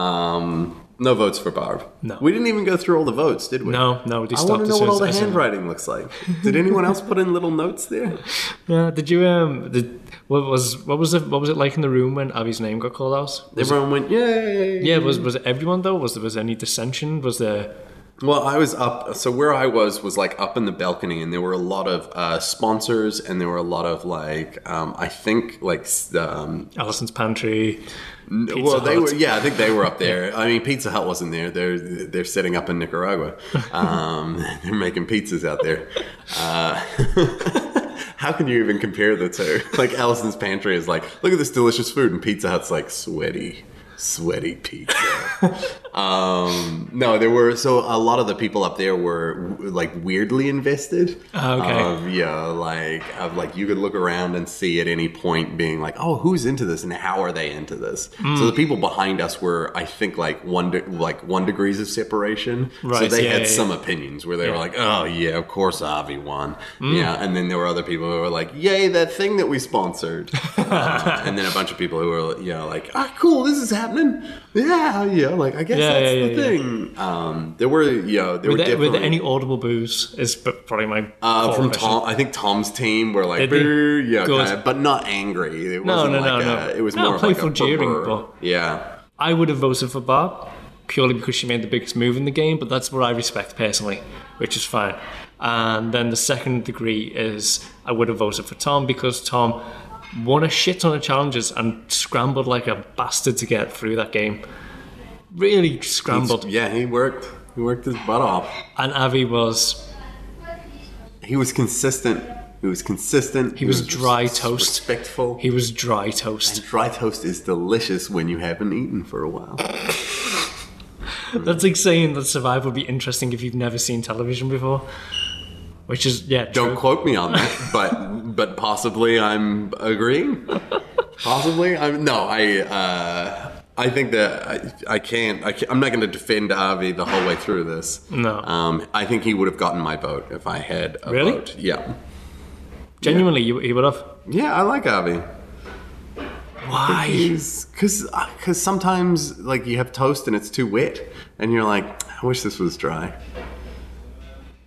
Um, no votes for Barb.
No.
We didn't even go through all the votes, did we?
No, no, they
I
stopped
want to know
as
what
soon
all the
as- as soon-
handwriting looks like. Did anyone else put in little notes there?
Yeah, did you um? Did, what was what was it? What was it like in the room when Avi's name got called out? Was it-
Everyone went, yay!
yeah, was was it everyone though? Was there was any dissension? Was there?
Well, I was up. So where I was was like up in the balcony, and there were a lot of uh, sponsors, and there were a lot of like um, I think like s- um,
Alison's pantry. Pizza
well, they
Hut.
were. Yeah, I think they were up there. I mean, Pizza Hut wasn't there. They're they're setting up in Nicaragua. Um, they're making pizzas out there. Uh, how can you even compare the two? Like Allison's Pantry is like, look at this delicious food, and Pizza Hut's like sweaty, sweaty pizza. um, no, there were so a lot of the people up there were w- like weirdly invested.
Ah, okay.
Of, yeah, like of like you could look around and see at any point being like, oh, who's into this and how are they into this?
Hmm.
So the people behind us were, I think, like one de- like one degrees of separation. So
Right,
they
yeah,
had
yeah,
some opinions where they were
Yeah. Hmm.
like, oh yeah, of course Avi won. Yeah, and then there were other people who were like, yay, that thing that we sponsored. Uh, and then a bunch of people who were you know like, ah, cool, this is happening. Yeah, yeah, like I guess
Yeah,
that's
yeah,
the
yeah, yeah.
thing. Um, there were you
Were
know there were,
there, were
definitely
there any audible boos? Is p- probably my
uh,
core
from
question.
Tom, I think Tom's team were like,
Did they?
"Brr," yeah,
Good.
kinda, but not angry. It
No,
wasn't
no, no,
like a,
no.
It was
No,
more of like a
playful jeering,
brr.
but-
Yeah,
I would have voted for Barb purely because she made the biggest move in the game, but that's what I respect personally, which is fine. And then the second degree is I would have voted for Tom because Tom won a shit ton of challenges and scrambled like a bastard to get through that game. Really scrambled.
yeah, he worked. He worked his butt off.
And Avi was
He was consistent. He was consistent. He,
was
res-
dry toast.
Respectful.
he was dry toast.
dry toast is delicious when you haven't eaten for a while.
That's like saying that Survive would be interesting if you've never seen television before. Which is yeah,
Don't
true.
quote me on that, but but possibly I'm agreeing. Possibly I'm no. I uh, I think that I, I can't. I can't I'm not going to defend Avi the whole way through this.
No.
Um, I think he would have gotten my vote if I had a
Really?
vote. Yeah.
Genuinely, you, you would have.
Yeah, I like Avi.
Why?
He's because because sometimes like you have toast and it's too wet, and you're like, I wish this was dry.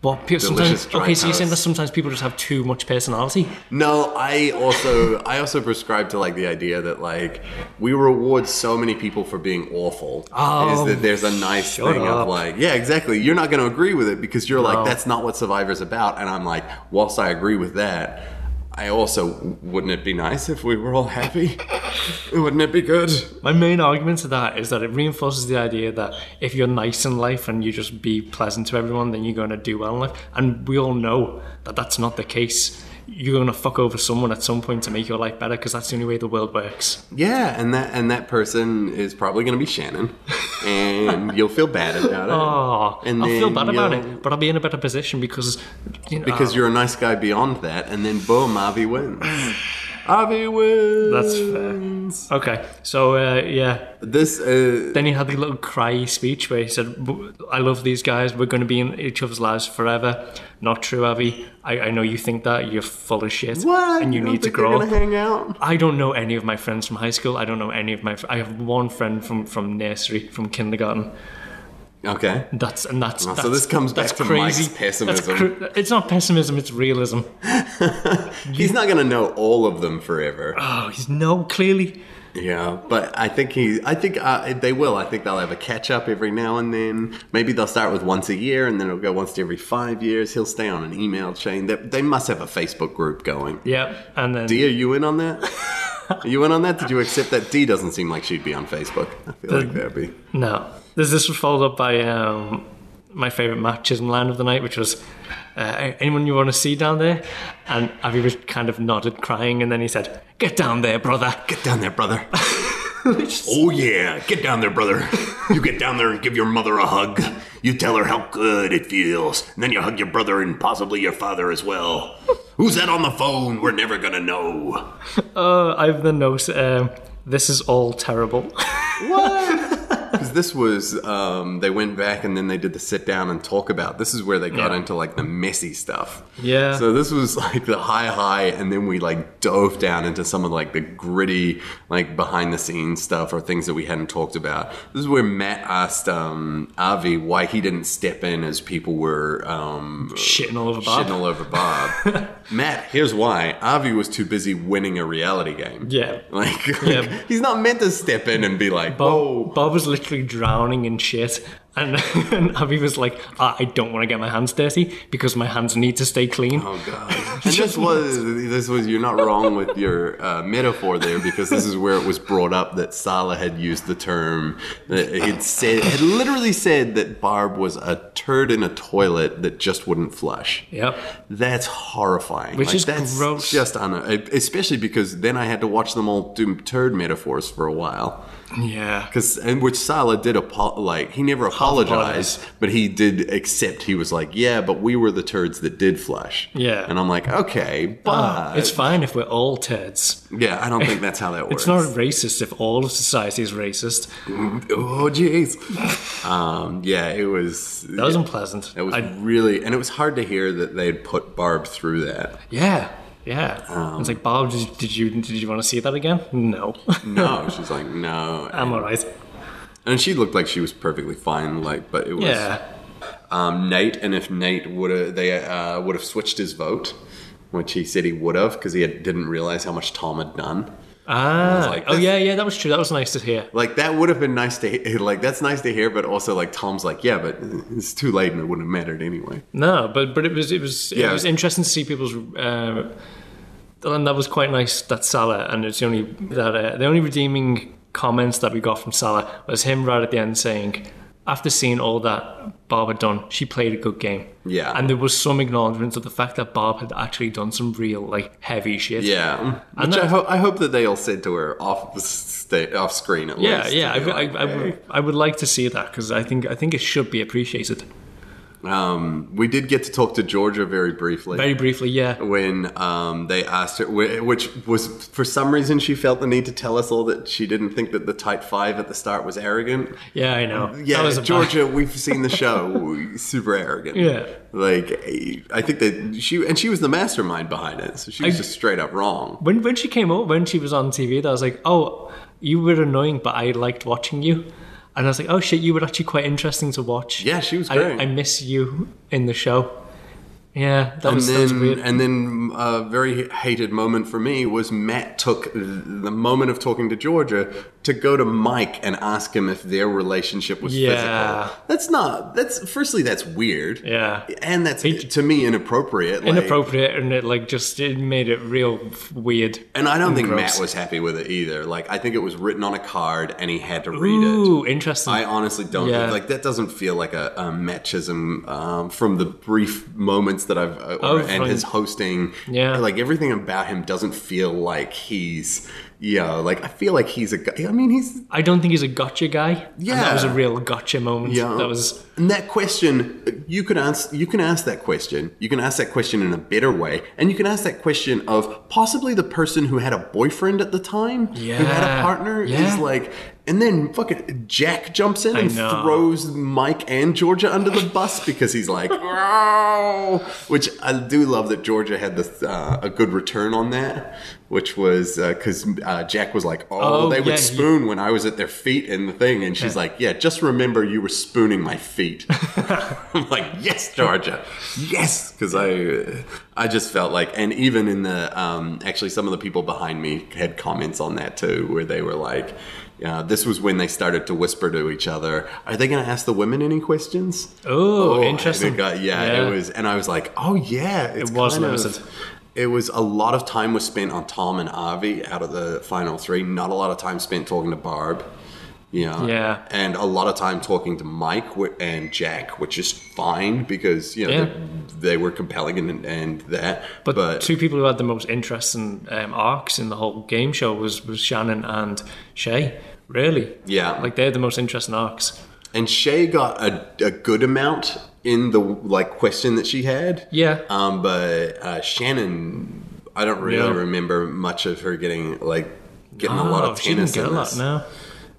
What people
Delicious
sometimes?
dry
Okay, so you're saying that
toast.
sometimes people just have too much personality.
No, I also I also prescribe to like the idea that like we reward so many people for being awful.
Oh,
is that there's a nice
shut
thing of
up.
like, yeah, exactly. You're not going to agree with it because you're like
No.
that's not what Survivor's about. And I'm like, whilst I agree with that, I also wouldn't it be nice if we were all happy? wouldn't it be good?
My main argument to that is that it reinforces the idea that if you're nice in life and you just be pleasant to everyone, then you're going to do well in life. And we all know that that's not the case. You're going to fuck over someone at some point to make your life better because that's the only way the world works.
Yeah, and that and that person is probably going to be Shannon, and you'll feel bad about it.
Oh,
And
I'll feel
then
bad about
you'll-
it, but I'll be in a better position because, you know, ah,
because you're a nice guy beyond that, and then boom, Avi wins. Avi wins.
That's fair. Okay, so uh, yeah,
This uh,
Then he had the little cry speech where he said, "B- "I love these guys. We're going to be in each other's lives forever." Not true, Avi. I, I know you think that. You're full of shit,
what?
and you
don't
need to
think they're
grow
gonna
up.
Hang out.
I don't know any of my friends from high school. I don't know any of my. Fr- I have one friend from from nursery, from kindergarten.
Okay.
That's and that's.
so
that's
this comes back
that's
to Mike's
crazy.
pessimism.
That's cr- it's not pessimism. It's realism.
He's not gonna know all of them forever.
Oh, he's no clearly.
Yeah, but I think he. I think uh, they will. I think they'll have a catch up every now and then. Maybe they'll start with once a year, and then it'll go once every five years. He'll stay on an email chain. They, they must have a Facebook group going.
Yeah, and then
Dee, are you in on that? are you in on that? Did you accept that? Dee doesn't seem like she'd be on Facebook. I feel like that'd be.
No. This, this was followed up by um, my favourite Matt Chisholm line of the night, which was, uh, anyone you want to see down there? And Avi was kind of nodded, crying, and then he said, get down there, brother.
Get down there, brother. oh, yeah. Get down there, brother. You get down there and give your mother a hug. You tell her how good it feels. And then you hug your brother and possibly your father as well. Who's that on the phone? We're never going to know.
Uh, I have the note, um, this is all terrible.
Because this was, um, they went back and then they did the sit down and talk about. This is where they got
Yeah.
into like the messy stuff.
Yeah.
So this was like the high high, and then we like dove down into some of like the gritty, like behind the scenes stuff or things that we hadn't talked about. This is where Matt asked um, Avi why he didn't step in as people were um,
Shitting all over Bob.
shitting all over Bob. Matt, here's why Avi was too busy winning a reality game.
yeah.
Like,
Yeah.
he's not meant to step in and be like, "Oh,
Bob,
"Whoa,
Bob was literally drowning in shit. And, and Abby was like, "Ah, I don't want to get my hands dirty because my hands need to stay clean.
Oh god! And this was this was you're not wrong with your uh, metaphor there because this is where it was brought up that Salah had used the term that he'd said had literally said that Barb was a turd in a toilet that just wouldn't flush.
Yep.
That's horrifying.
Which is
that's
gross.
Just on especially because then I had to watch them all do turd metaphors for a while.
Yeah.
Because and which Salah did apo- like he never apologized, but he did accept. He was like, "Yeah, but we were the turds that did flush."
Yeah.
and I'm like, "Okay, but
Ah, it's fine if we're all turds.
yeah, I don't think that's how that works."
Oh. It's not racist if all of society is racist.
Oh, jeez. um, yeah, it was.
That was unpleasant.
It was
I-
really, and it was hard to hear that they had put Barb through that.
yeah, yeah.
Um,
it's like Bob, did, did you did you want to see that again? No,
No, she's like, no,
I'm alright.
and she looked like she was perfectly fine. Like, but it was
Yeah,
um, Nate, and if Nate would have, they uh, would have switched his vote, which he said he would have because he had, didn't realize how much Tom had done.
ah,
like,
oh
that's-
yeah, yeah. That was true. That was nice to hear.
Like that would have been nice to he- like. That's nice to hear, but also like Tom's like, yeah, but it's too late and it wouldn't have mattered anyway.
No, but but it was it was it
Yeah.
was interesting to see people's. Uh, and that was quite nice. That Salah, and it's the only that uh, the only redeeming comments that we got from Salah was him right at the end saying, after seeing all that Barb had done, she played a good game.
Yeah.
and there was some acknowledgement of the fact that Barb had actually done some real like heavy shit.
Yeah,
And
which I,
that-
ho- I hope that they all said to her off sta- off screen at
Yeah,
least.
yeah, I,
to be
I,
like,
I, would, I would like to see that because I think I think it should be appreciated.
"Hey." um, we did get to talk to Georgia very briefly.
Very briefly, yeah.
Oh. when um, they asked her, wh- which was for some reason she felt the need to tell us all that she didn't think that the tight five at the start was arrogant.
Yeah, I know.
Yeah,
that was a bad-
Georgia, we've seen the show, super arrogant.
Yeah.
like I think that she and she was the mastermind behind it, so she was
I-
just straight up wrong.
When when she came up, when she was on TV, I was like, oh, you were annoying, but I liked watching you. And I was like, oh shit, you were actually quite interesting to watch.
Yeah, she was
I,
great.
I miss you in the show. Yeah, that
and
was, that was
then,
weird.
and then uh, a very hated moment for me was Matt took the moment of talking to Georgia to go to Mike and ask him if their relationship was
Yeah.
physical. That's not. That's firstly, that's weird.
Yeah.
And that's to me inappropriate. like-
Inappropriate, and it like just it made it real f- weird.
and I don't think
gross.
Matt was happy with it either. Like I think it was written on a card and he had to read it.
Ooh, interesting.
I honestly don't
Yeah.
like that. Doesn't feel like a, a matchism um, from the brief moments that I've uh,
Oh,
and
from-
his hosting.
Yeah.
like everything about him doesn't feel like he's. Yeah, like I feel like he's a guy. I mean, he's
I don't think he's a gotcha guy. and
Yeah.
that was a real gotcha moment.
yeah.
that was
and that question you can ask. You can ask that question. You can ask that question in a better way, and you can ask that question of possibly the person who had a boyfriend at the time, who had a
Yeah.
partner,
Yeah.
is like. And then fucking Jack jumps in and
know.
throws Mike and Georgia under the bus because he's like, "Ow!" which I do love that Georgia had this, uh, a good return on that, which was because uh, Jack was like, oh,
Oh,
they would
yeah,
spoon spoon when I was at their feet in the thing, and she's like, "Yeah, just remember you were spooning my feet." I'm like, "Yes, Georgia, yes," because I, I just felt like, and even in the, um, actually, some of the people behind me had comments on that too, where they were like, "Yeah, this was when they started to whisper to each other, are they going to ask the women any questions?"
oh,
and it
interesting.
got- yeah, it was, and I was like, "Oh yeah, it's
It was
kind of-
limited.
it was a lot of time was spent on Tom and Avi out of the final three. Not a lot of time spent talking to Barb. You know,
Yeah.
and a lot of time talking to Mike wh- and Jack, which is fine because you know
Yeah.
they, they were compelling and, and that.
But, two people who had the most interesting um, arcs in the whole game show was was Shannon and Shay. Really,
Yeah.
like they had the most interesting arcs.
and Shay got a, a good amount in the like question that she had.
Yeah,
Um, but uh, Shannon, I don't really
No.
remember much of her getting like getting a lot
Oh,
of
she
tennis
didn't get
in
a lot.
this.
No,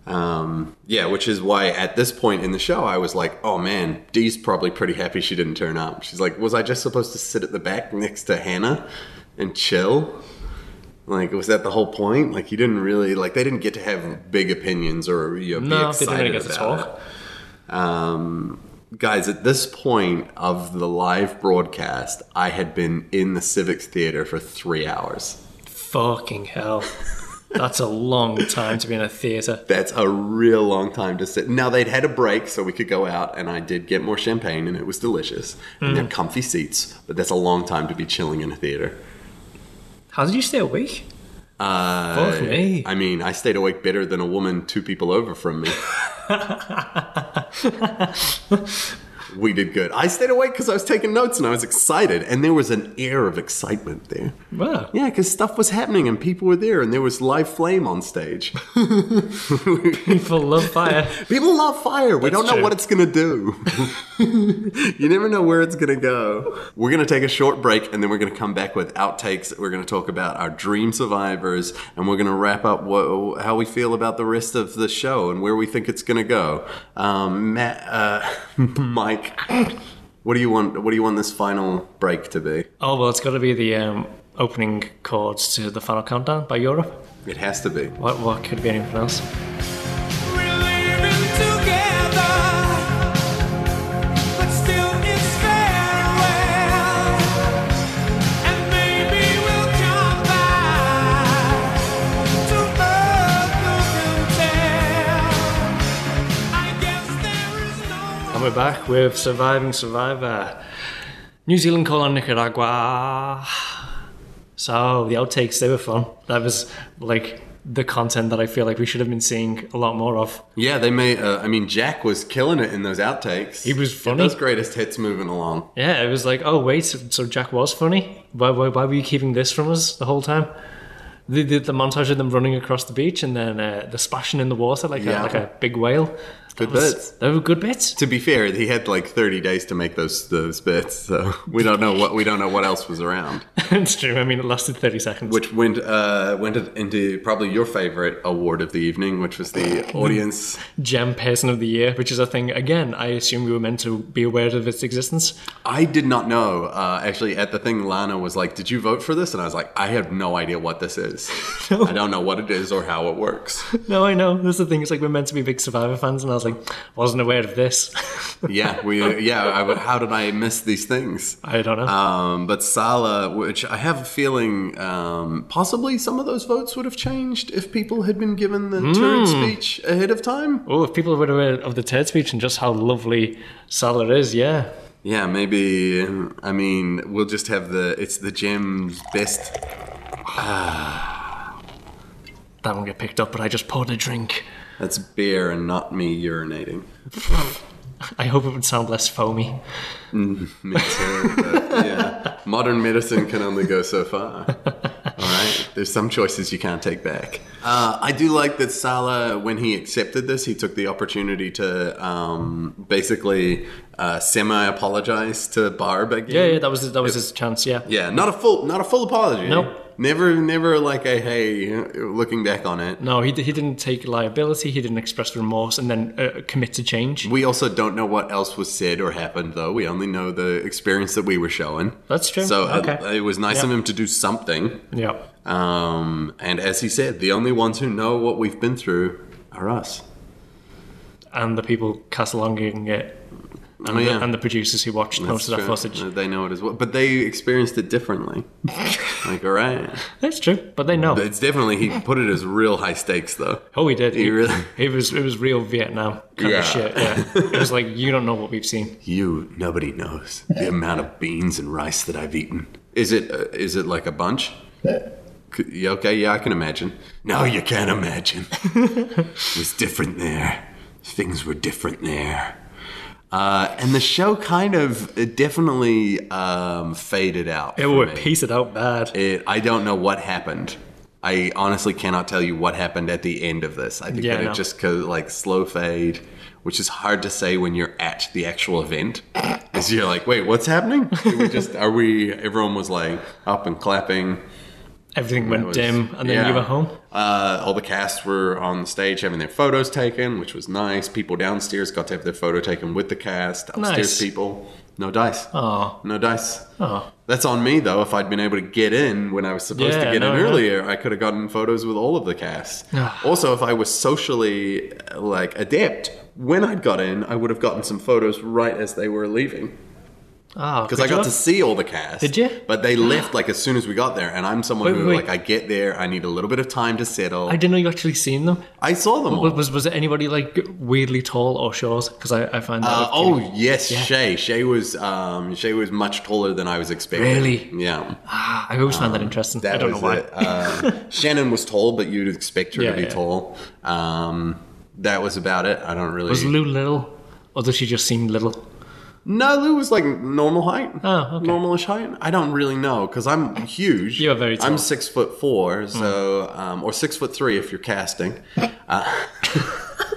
Um, yeah, which is why at this point in the show, I was like, oh man, Dee's probably pretty happy she didn't turn up. She's like, was I just supposed to sit at the back next to Hannah and chill? Like, was that the whole point? Like, you didn't really, like, they didn't get to have big opinions or, you know, be
no, they
excited
didn't really get to
about
talk.
it. Um, guys, at this point of the live broadcast, I had been in the Civics Theater for three hours.
Fucking hell, that's a long time to be in a theater.
That's a real long time to sit. Now they'd had a break, so we could go out, and I did get more champagne, and it was delicious. And they're comfy seats, but that's a long time to be chilling in a theater.
How did you stay awake?
Uh,
Fuck me.
I mean, I stayed awake better than a woman two people over from me. we did good. I stayed awake because I was taking notes and I was excited, and there was an air of excitement there.
Wow.
Yeah, because stuff was happening and people were there, and there was live flame on stage.
People love fire.
People love fire. We don't know
true.
what it's going to do. you never know where it's going to go. We're going to take a short break and then we're going to come back with outtakes. We're going to talk about our dream survivors and we're going to wrap up what, how we feel about the rest of the show and where we think it's going to go. Um, Matt, uh, Mike, what do you want? What do you want this final break to be?
Oh well, it's got to be the um, opening chords to the final countdown by Europe.
It has to be.
What what could be anything else?
We're living together, but still it's farewell. And maybe we'll come back to love and tell. I guess there is
And
no.
we're back with Surviving Survivor. New Zealand colon Nicaragua. So the outtakes they were fun. That was like the content that I feel like we should have been seeing a lot more of.
Yeah, they may. Uh, I mean, Jack was killing it in those outtakes. He
was funny.
Those greatest hits moving along.
Yeah, it was like, oh wait, so, so Jack was funny. Why, why why were you keeping this from us the whole time? The, the, the montage of them running across the beach and then uh, the splashing in the water like a,
Yeah.
like a big whale.
Good
That was-
bits.
They were good bits.
to be fair, he had like 30 days to make those those bits, so we don't know what we don't know what else was around.
it's true. I mean, it lasted thirty seconds.
Which went uh, went into probably your favorite award of the evening, which was the audience.
gem person of the year, which is a thing again. I assume we were meant to be aware of its existence.
I did not know uh, actually at the thing. Lana was like, "Did you vote for this?" And I was like, "I have no idea what this is. I don't know what it is or how it works."
No, I know. That's the thing. It's like we're meant to be big Survivor fans, and I was like, wasn't aware of this.
yeah, we yeah. I would- how did I miss these things?
I don't know.
Um, but Sala, which I have a feeling um, possibly some of those votes would have changed if people had been given the Turin speech ahead of time.
oh, if people were aware of the TED speech and just how lovely Salah is, yeah.
Yeah, maybe. I mean, we'll just have the it's the gem's best.
That won't get picked up, but I just poured a drink.
That's beer and not me urinating.
I hope it would sound less foamy.
Me too. but, yeah, modern medicine can only go so far. All right. There's some choices you can't take back. Uh, I do like that Salah, when he accepted this, he took the opportunity to um, basically uh, semi apologize to Barb again.
Yeah, yeah, that was that was his chance. Yeah,
Yeah, not a full, not a full apology.
Nope.
Never, never like a hey. Looking back on it,
No, he, he didn't take liability. He didn't express remorse and then uh, commit to change.
we also don't know what else was said or happened though. We only know the experience that we were showing.
That's true.
So uh,
okay.
it was nice of
Yeah.
him to do something.
yeah.
Um, and as he said, the only ones who know what we've been through are us.
And the people cataloging it and,
Oh, yeah.
the, and the producers who watched most of that
That's true. Uh,
footage.
They know it as well, but they experienced it differently. like, all right,
That's true, but they know.
but it's definitely he put it as real high stakes though.
oh, he did.
He really-
it was it was real Vietnam kind
Yeah.
of shit. Yeah. it was like you don't know what we've seen.
You nobody knows the amount of beans and rice that I've eaten. Is it uh, is it like a bunch? C- yeah, Okay, yeah, I can imagine. No, you can't imagine. it was different there. Things were different there. Uh, and the show kind of it definitely um, faded out.
It
for
would
me.
piece it out bad.
It, I don't know what happened. I honestly cannot tell you what happened at the end of this. I think
Yeah,
that
I
it
know.
just co- like slow fade, which is hard to say when you're at the actual event. Is you're like, wait, what's happening? Did we just are we? Everyone was like up and clapping.
Everything
It
went
was-
dim, and then
yeah.
you were home.
Uh, all the cast were on the stage having their photos taken, which was nice. People downstairs got to have their photo taken with the cast. Upstairs,
Nice.
people, no dice.
Oh,
No dice.
oh,
That's on me though. If I'd been able to get in when I was supposed to
Yeah,
get
no,
in
yeah.
earlier, I could have gotten photos with all of the cast. also, if I was socially uh, like adept, when I'd got in, I would have gotten some photos right as they were leaving
oh.
because I got to see all the cast.
Did you?
But they left like as soon as we got there, and I'm someone
Wait,
who
wait, wait.
like I get there, I need a little bit of time to settle.
I didn't know you actually seen them.
I saw them all.
Was was, was there anybody like weirdly tall or short? Because I, I find that.
Uh,
with
oh
Kim.
yes, Shay. Shay was um, Shay was much taller than I was expecting.
Really?
Yeah.
Ah, I always found that interesting.
Um, That
I don't
was
know why.
it. Uh, Shannon was tall, but you'd expect her
Yeah,
to be
yeah.
tall. Um, that was about it. I don't really.
Was Lou little, or does she just seem little?
no, Lou was like normal height.
Oh, okay.
Normalish height. I don't really know because I'm huge.
You are very tall. Mm.
I'm six foot four, so um, or six foot three if you're casting. Uh,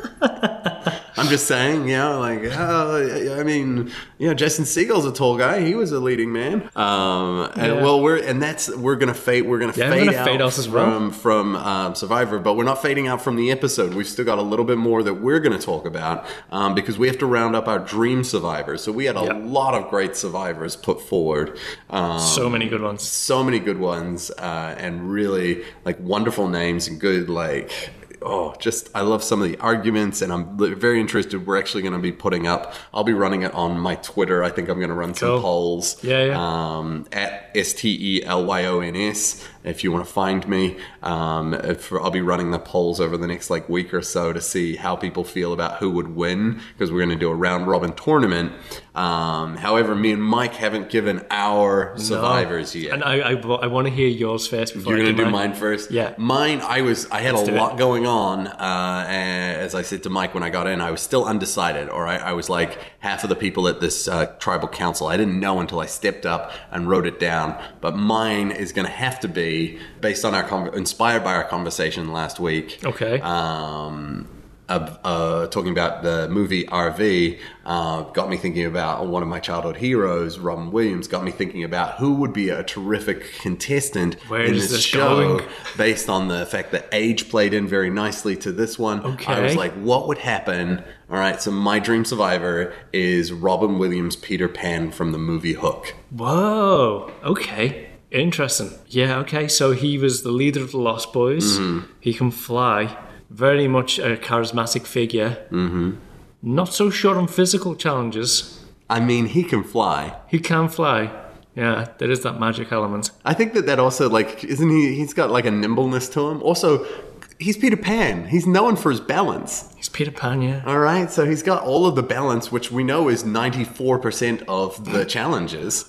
I'm just saying, you know, like, oh, I mean, you know, Jason Siegel's a tall guy. He was a leading man. Um, and
Yeah.
well, we're and that's we're gonna fade. We're gonna
Yeah, we're
fade,
gonna
out
fade off as well.
from from um, Survivor, but we're not fading out from the episode. We've still got a little bit more that we're going to talk about um, because we have to round up our dream survivors. So we had a
Yep.
lot of great survivors put forward. Um,
So many good ones.
so many good ones uh, and really like wonderful names and good like oh just i love some of the arguments and i'm li- very interested we're actually going to be putting up i'll be running it on my twitter i think i'm going to run some
Cool.
polls
Yeah, yeah.
um at E s-t-e-l-y-o-n-s if you want to find me um if, i'll be running the polls over the next like week or so to see how people feel about who would win because we're going to do a round robin tournament um however me and mike haven't given our survivors yet
And I, I, want to hear yours first. Before
you're
I
gonna do
do
mine first.
Yeah.
mine. I was. I had a
do it.
lot going on. Uh, as I said to Mike when I got in, I was still undecided. All right, I was like half of the people at this uh, tribal council. I didn't know until I stepped up and wrote it down. But mine is going to have to be based on our con- inspired by our conversation last week.
Okay.
Um, of, uh, talking about the movie RV uh, got me thinking about one of my childhood heroes, Robin Williams. Got me thinking about who would be a terrific contestant
Where
in
is
this
this
show,
going?
based on the fact that age played in very nicely to this one. I was
Okay.
like, what would happen? All right, so my dream survivor is Robin Williams, Peter Pan from the movie Hook.
Whoa. Okay. Interesting. Yeah. Okay. So he was the leader of the Lost Boys. He can fly. Very much a charismatic figure. Mm-hmm. Not so sure on physical challenges.
I mean, he can fly.
He can fly. Yeah, there is that magic element.
I think that that also like isn't he? He's got like a nimbleness to him. Also, he's Peter Pan. He's known for his balance.
He's Peter Pan, yeah.
All right, so he's got all of the balance, which we know is ninety four percent of the challenges.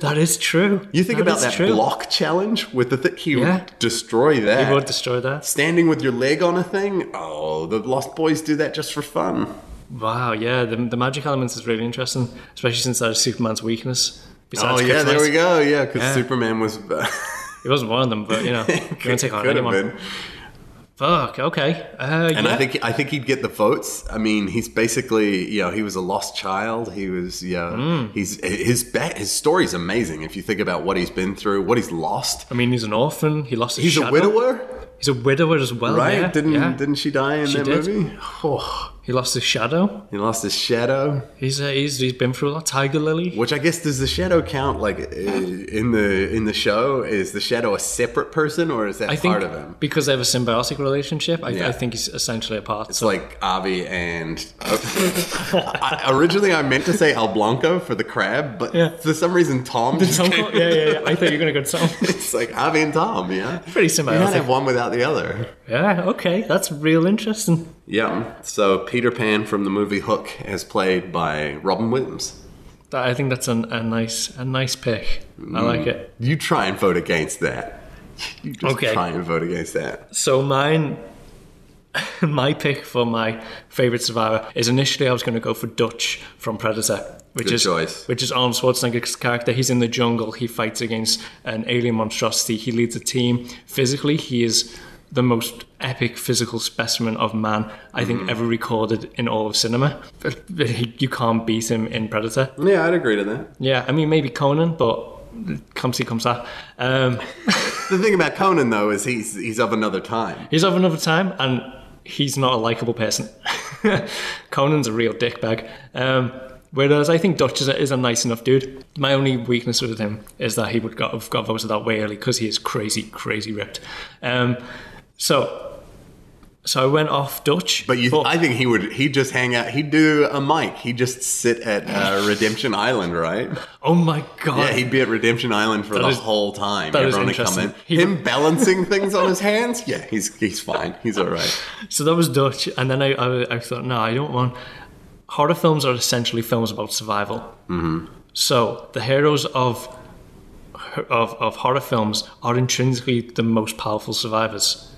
That is true.
You think about
is
that
true.
block challenge with the thing. He
Yeah.
would destroy that.
He would destroy that.
Standing with your leg on a thing. Oh, the Lost Boys do that just for fun.
Wow, yeah, the, the magic element is really interesting, especially since that is Superman's weakness.
oh
Besides
yeah, there
kryptonite.
we go. Yeah, because
Yeah.
Superman was.
It wasn't one of them, but you know, you can take on
Could have
anyone.
been.
Fuck. Okay. Uh,
And
yeah.
I think I think he'd get the votes. I mean, he's basically you know he was a lost child. He was you know
Mm.
he's his back, his story's amazing if you think about what he's been through, what he's lost.
I mean, he's an orphan. He lost his
He's
shadow.
a widower,
He's a widower as well.
right?
yeah,
didn't
yeah.
didn't she die in
She
that
did.
movie? Oh,
he lost his shadow?
he lost his shadow,
He's uh, he's he's been through a lot. Tiger Lily.
which I guess does the shadow count like uh, in the in the show? Is the shadow a separate person or is that
I think
part of him?
because they have a symbiotic relationship, I,
Yeah.
I think he's essentially a part.
It's
so
like Avi and oh, I, originally I meant to say El Blanco for the crab, but
Yeah.
for some reason Tom just
Tom
came-
Cole- yeah, yeah, yeah. I thought you were gonna go to Tom.
It's like Avi and Tom, yeah.
Pretty
You can't
symbiotic.
have one without the other.
Yeah. Okay. That's real interesting.
Yeah. So Peter Pan from the movie Hook, as played by Robin Williams.
That, I think that's an, a nice a nice pick. I
Mm.
like it.
You try and vote against that. You just
Okay.
try and vote against that.
So mine, my pick for my favorite survivor is initially I was going to go for Dutch from Predator, which
Good
is
choice.
which is Arnold Schwarzenegger's character. He's in the jungle. He fights against an alien monstrosity. He leads a team. Physically, he is the most epic physical specimen of man I
Mm.
think ever recorded in all of cinema. You can't beat him in Predator.
Yeah, I'd agree to that.
Yeah, I mean maybe Conan, but. Come see, comes that. Um,
The thing about Conan though is he's he's of another time.
He's of another time, and he's not a likable person. Conan's a real dickbag. Um, whereas I think Dutch is a, is a nice enough dude. My only weakness with him is that he would got, have got voted that way early because he is crazy, crazy ripped. Um, so, so I went off Dutch.
But you, I think he would. He'd just hang out. He'd do a mic. He'd just sit at uh, Redemption Island, right?
oh my god,
Yeah, he'd be at Redemption Island for the
is-
whole time.
that is
Everyone would come in.
interesting. He-
Him balancing things on his hands. Yeah, he's he's fine. He's all right.
So that was Dutch, and then I, I, I thought, no, I don't want. Horror films are essentially films about survival. Mm-hmm. So the heroes of, of of horror films are intrinsically the most powerful survivors.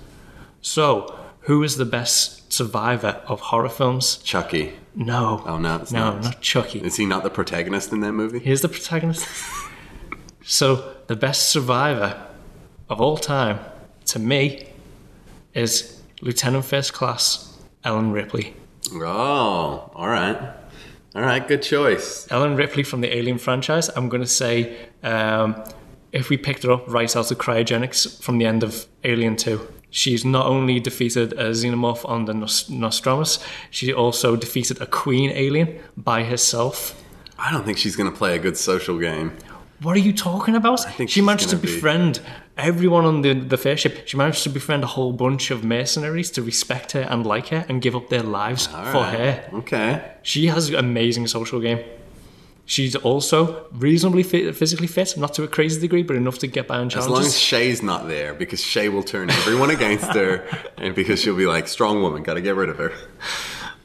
So who is the best survivor of horror films?
Chucky.
No.
Oh no, it's
No,
not.
not Chucky.
Is he not the protagonist in that movie?
Here's the protagonist. so the best survivor of all time, to me, is Lieutenant First Class Ellen Ripley.
Oh, all right, all right. Good choice.
Ellen Ripley from the Alien franchise. I'm going to say um, if we picked her up right out of cryogenics from the end of Alien 2. She's not only defeated a xenomorph on the Nos- Nostradamus, she also defeated a queen alien by herself.
I don't think she's going to play a good social game.
What are you talking about? I
think
she
she's
managed to
gonna be-
befriend everyone on the, the fair ship. She managed to befriend a whole bunch of mercenaries to respect her and like her and give up their lives
All
for
right.
her.
Okay.
She has amazing social game. She's also reasonably fit, physically fit, not to a crazy degree, but enough to get by on
As
challenges.
long as Shay's not there, because Shay will turn everyone against her, and because she'll be like, "Strong woman, got to get rid of her."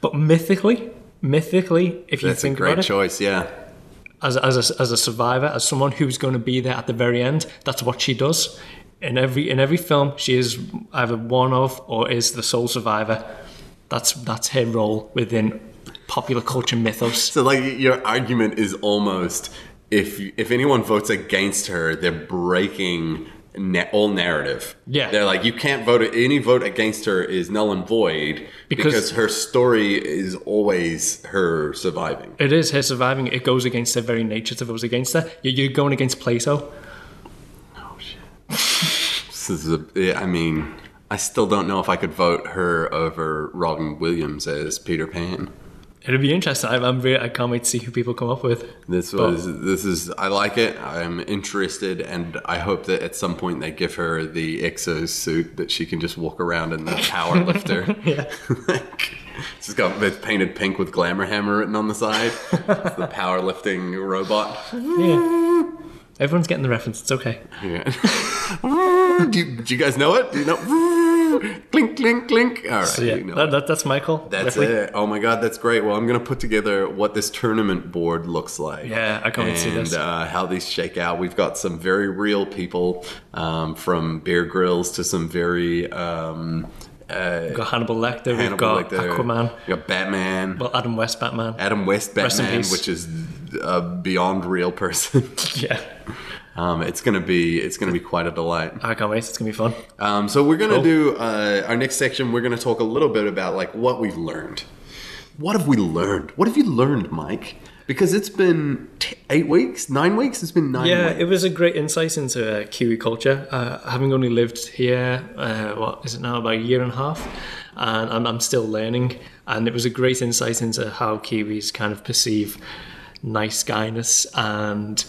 but mythically, mythically, if you
That's a
think
great
about it,
choice. Yeah.
as, as, a, as a survivor, as someone who's going to be there at the very end, that's what she does. In every in every film, she is either one of or is the sole survivor. That's that's her role within popular culture mythos.
So like your argument is almost if if anyone votes against her, they're breaking na- all narrative.
Yeah.
they're like you can't vote. Any vote against her is null and void because,
Because-
her story is always her surviving.
It is her surviving. It goes against her very nature. If it was against her, You- you're going against Plato.
This is a, yeah, I mean, I still don't know if I could vote her over Robin Williams as Peter Pan.
It'll be interesting. I'm, I'm really, I can't wait to see who people come up with.
This was this is I like it. I'm interested, and I hope that at some point they give her the exo suit that she can just walk around in the power lifter.
Yeah.
It's just got it's painted pink with glamour hammer written on the side. It's the powerlifting robot.
Yeah. Everyone's getting the reference. It's okay.
Yeah. do, you, do you guys know it? Do you know? clink, clink, clink. All right.
So yeah,
you know
that, that, that's Michael.
That's
Ripley.
it. Oh my god, that's great. Well, I'm gonna put together what this tournament board looks like.
Yeah, Oh, I can't wait
and,
to see this.
Uh, how these shake out. We've got some very real people, um, from Bear Grylls to some very um, uh,
We've got Hannibal Lecter. we've
Hannibal
got
Lecter.
Aquaman.
We've got Batman.
Well, Adam West Batman.
Adam West
Rest in
Batman,
peace.
which is a beyond real person.
yeah.
um, it's gonna be it's gonna be quite a delight.
I can't wait. It's going to be fun.
Um, so we're gonna
Cool.
do uh, our next section. We're gonna talk a little bit about like what we've learned. What have we learned? What have you learned, Mike? Because it's been t- eight weeks, nine weeks. It's been nine.
Yeah,
weeks.
it was a great insight into uh, Kiwi culture. Uh, having only lived here, uh, what is it now, about a year and a half, and I'm, I'm still learning. And it was a great insight into how Kiwis kind of perceive nice guyness and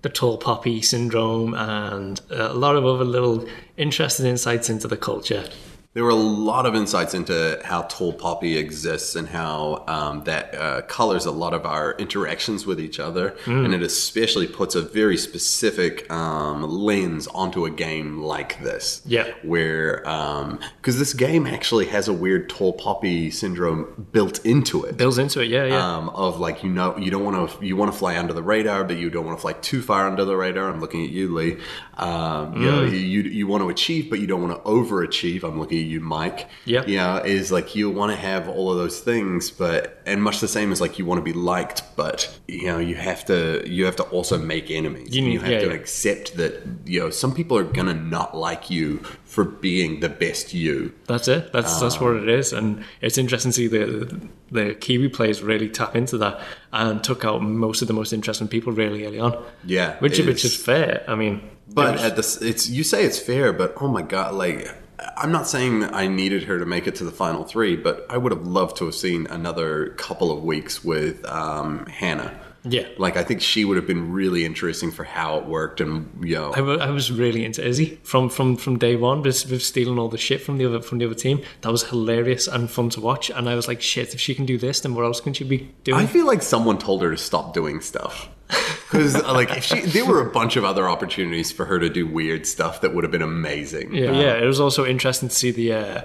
the tall poppy syndrome, and uh, a lot of other little interesting insights into the culture.
There were a lot of insights into how Tall Poppy exists and how um, that uh, colors a lot of our interactions with each other. And it especially puts a very specific um, lens onto a game like this.
Yeah.
Where, because this game actually has a weird Tall Poppy syndrome built into it.
Builds into it, yeah, yeah.
Um, of like you know you don't want to you want to fly under the radar but you don't want to fly too far under the radar i'm looking at you lee um, you, know,
Mm.
you you you want to achieve but you don't want to overachieve i'm looking at you mike
Yep.
you know is like you want to have all of those things but and much the same as like you want to be liked but you know you have to you have to also make enemies
You
And
need-
you have
yeah,
to
yeah.
accept that you know some people are gonna not like you for being the best you
That's it. That's that's
Ah.
what it is, and it's interesting to see the the Kiwi players really tap into that and took out most of the most interesting people really early on.
Yeah,
which
it
which
is.
is fair. I mean,
But at this, it's you say it's fair, but oh my god, like I'm not saying that I needed her to make it to the final three, but I would have loved to have seen another couple of weeks with um, Hannah.
yeah,
Like I think she would have been really interesting for how it worked, and you know,
I wa- I was really into Izzy from from from day one with, with stealing all the shit from the other from the other team. That was hilarious and fun to watch. And I was like, shit, if she can do this, then what else can she be
I
doing?
feel like someone told her to stop doing stuff. Because like if she, there were a bunch of other opportunities for her to do weird stuff that would have been amazing.
yeah, yeah. It was also interesting to see the uh,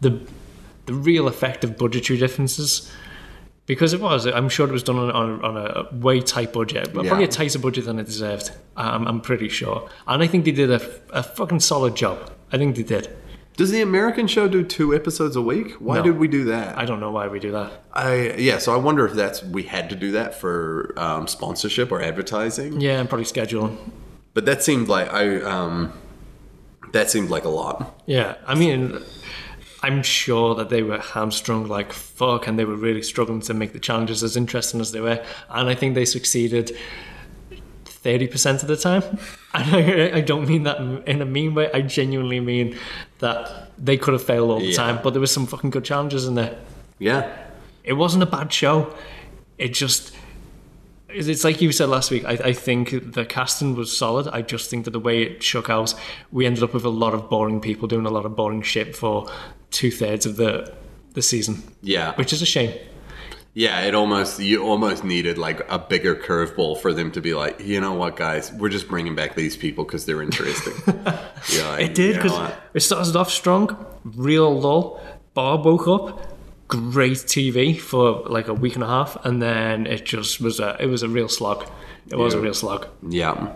the the real effect of budgetary differences. Because it was, I'm sure it was done on, on, on a way tight budget, but
Yeah.
probably a tighter budget than it deserved. I'm, I'm pretty sure, and I think they did a, a fucking solid job. I think they did.
Does the American show do two episodes a week? Why
No.
did we do that?
I don't know why we do that.
I yeah, so I wonder if that's we had to do that for um, sponsorship or advertising.
Yeah, and probably scheduling.
But that seemed like I um, that seemed like a lot.
Yeah, I mean, I'm sure that they were hamstrung like fuck, and they were really struggling to make the challenges as interesting as they were. And I think they succeeded thirty percent of the time. And I, I don't mean that in a mean way. I genuinely mean that they could have failed all the
Yeah.
time, but there was some fucking good challenges in there.
Yeah,
It wasn't a bad show. It just. It's it's like you said last week. I, I think the casting was solid. I just think that the way it shook out, we ended up with a lot of boring people doing a lot of boring shit for two thirds of the the season,
yeah,
which is a shame.
yeah. It almost you almost needed like a bigger curveball for them to be like, you know what, guys, we're just bringing back these people because they're interesting. yeah, like,
It did
you know
because
what?
it started off strong, real lull. Barb woke up, great TV for like a week and a half, and then it just was a it was a real slog. It was a
Yeah.
real slog,
yeah.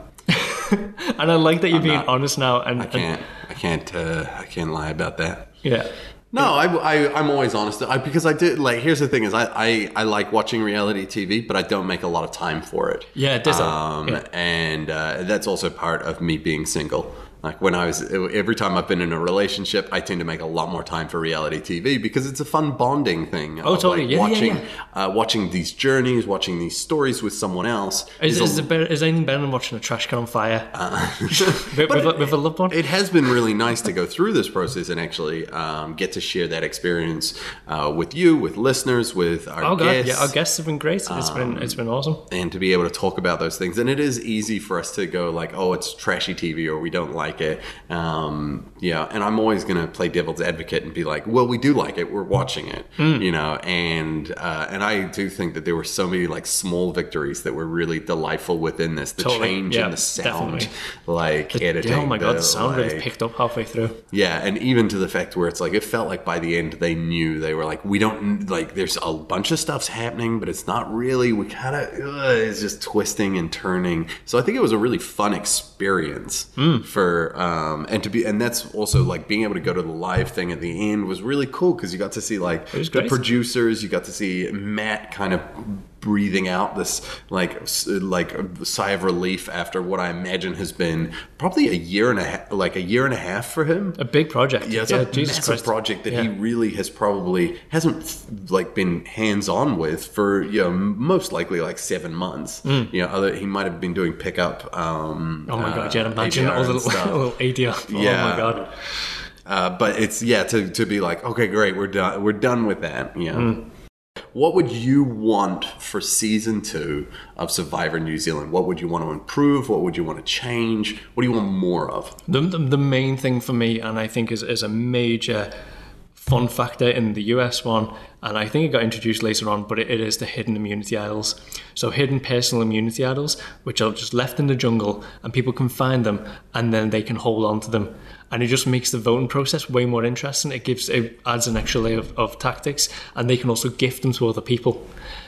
and I like that you're being
not-
honest now. And
I can't I can't uh, I can't lie about that.
yeah,
No, I, I, I'm always honest I, because I did like. Here's the thing: is I, I, I like watching reality TV, but I don't make a lot of time for it.
Yeah, it does.
Um,
Yeah.
and uh, that's also part of me being single. Like when I was, every time I've been in a relationship, I tend to make a lot more time for reality TV because it's a fun bonding thing. Oh,
totally. Yeah, yeah,
watching, Uh, watching these journeys, watching these stories with someone else.
Is,
a- Uh,
is, it better, is anything better than watching a trash can on fire with,
But
with,
it-
a- with a loved one?
It has been really nice to go through this process and actually um, get to share that experience uh, with you, with listeners, with our
oh god,
guests,
yeah, our guests have been great. It's
Um,
been it's been awesome.
and to be able to talk about those things. And it is easy for us to go like, "Oh, it's trashy TV," or "We don't like it." Um, yeah, and I'm always going to play devil's advocate and be like, "Well, we do like it. We're watching it,"
Hmm.
you know. And uh, and I do think that there were so many like small victories that were really delightful within this. The
Totally.
change
Yeah,
in the sound,
definitely.
like editing.
oh my god, the sound really
like-
picked up halfway through.
yeah, and even to the fact where it's like it felt like by the end they knew they were like we don't like there's a bunch of stuff's happening, but it's not really. We kind of it's just twisting and turning. So I think it was a really fun experience
Hmm.
for um and to be and that's also like being able to go to the live thing at the end was really cool because you got to see like
was
the
great.
producers, you got to see Matt kind of breathing out this like s- like a sigh of relief after what I imagine has been probably a year and a half, like a year and a half for him.
A big project.
Yeah, it's a
Jesus
massive
Christ.
project that he
Yeah.
really has probably hasn't f- like been hands on with for you know most likely like seven months. You know, other he might have been doing pickup. Um,
Hmm. Oh my god,
uh,
yeah, imagine
ADR
all the
and stuff.
little ADR. Oh
Yeah.
my god.
Uh, but it's yeah to to be like okay, great, we're done, we're done with that. Yeah.
Hmm.
What would you want for season two of Survivor New Zealand? What would you want to improve? What would you want to change? What do you want more of?
The, the, the main thing for me, and I think is, is a major fun factor in the US one, and I think it got introduced later on, but it, it is the hidden immunity idols. So, hidden personal immunity idols, which are just left in the jungle, and people can find them, and then they can hold on to them. And it just makes the voting process way more interesting. It gives it adds an extra layer of, of tactics, and they can also gift them to other people.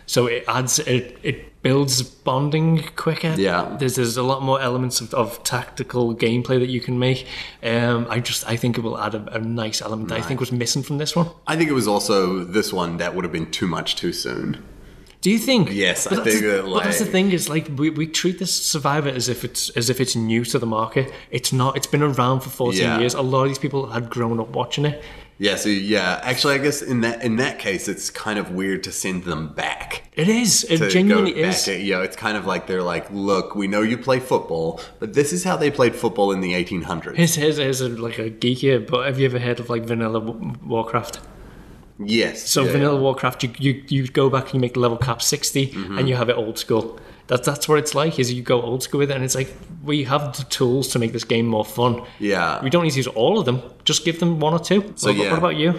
So it adds it it builds bonding quicker.
Yeah.
There's, there's a lot more elements of, of tactical gameplay that you can make. Um, I just I think it will add a, a nice element that I think was missing from this one.
I think it was also this one that would have been too much too soon.
Do you think?
Yes, I
but that's
think
the,
that,
but that's the
like-
thing is like we, we treat this Survivor as if it's as if it's new to the market. It's not. It's been around for 14
Yeah.
years. A lot of these people had grown up watching it.
Yeah, so yeah, actually, I guess in that in that case, it's kind of weird to send them back.
It is. It
To go
genuinely
back
is.
at- you know, it's kind of like they're like, look, we know you play football, but this is how they played football in the 1800s.
Here's, here's, here's a, like a geek here, but have you ever heard of like Vanilla W- Warcraft?
yes.
So
yeah. Mm-hmm.
Vanilla Warcraft, you, you you go back and you make the level cap 60 and you have it old school. That's that's what it's like. Is you go old school with it, and it's like we have the tools to make this game more fun.
Yeah.
we don't need to use all of them. Just give them one or two. So what,
yeah.
what about you?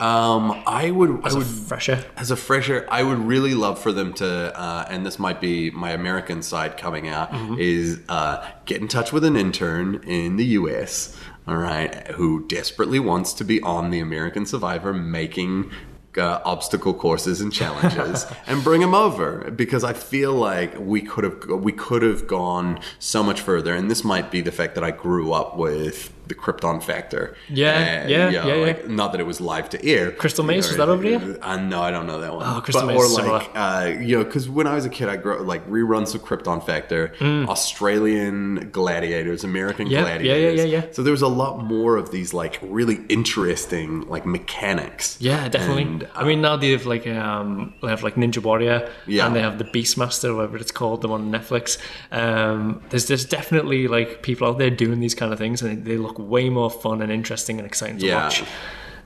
Um, I would. I
As a
would.
fresher.
as a fresher, I would really love for them to, uh, and this might be my American side coming out,
Mm-hmm.
is uh, get in touch with an intern in the US, all right, who desperately wants to be on the American Survivor making. Uh, obstacle courses and challenges, and bring them over because I feel like we could have we could have gone so much further. And this might be the fact that I grew up with the Krypton Factor.
Yeah,
Uh,
yeah,
you know,
yeah, yeah.
like, Not that it was live to air.
Crystal Maze,
or
was that over
anything.
here?
Uh, no, I don't know that one.
Oh, Crystal
But-
Maze is
Or
similar.
like, uh, you know, because when I was a kid, I grew like reruns of Krypton Factor, Australian Gladiators, American
Mm. Yeah, yeah, yeah,
Gladiators.
yeah, yeah.
So there was a lot more of these like really interesting like mechanics.
Yeah, definitely.
And, uh,
I mean, now they have like um, they have like Ninja Warrior,
Yeah.
and they have the Beastmaster, whatever it's called, the one on Netflix. Um, there's there's definitely like people out there doing these kind of things, and they look way more fun and interesting and exciting to
Yeah.
watch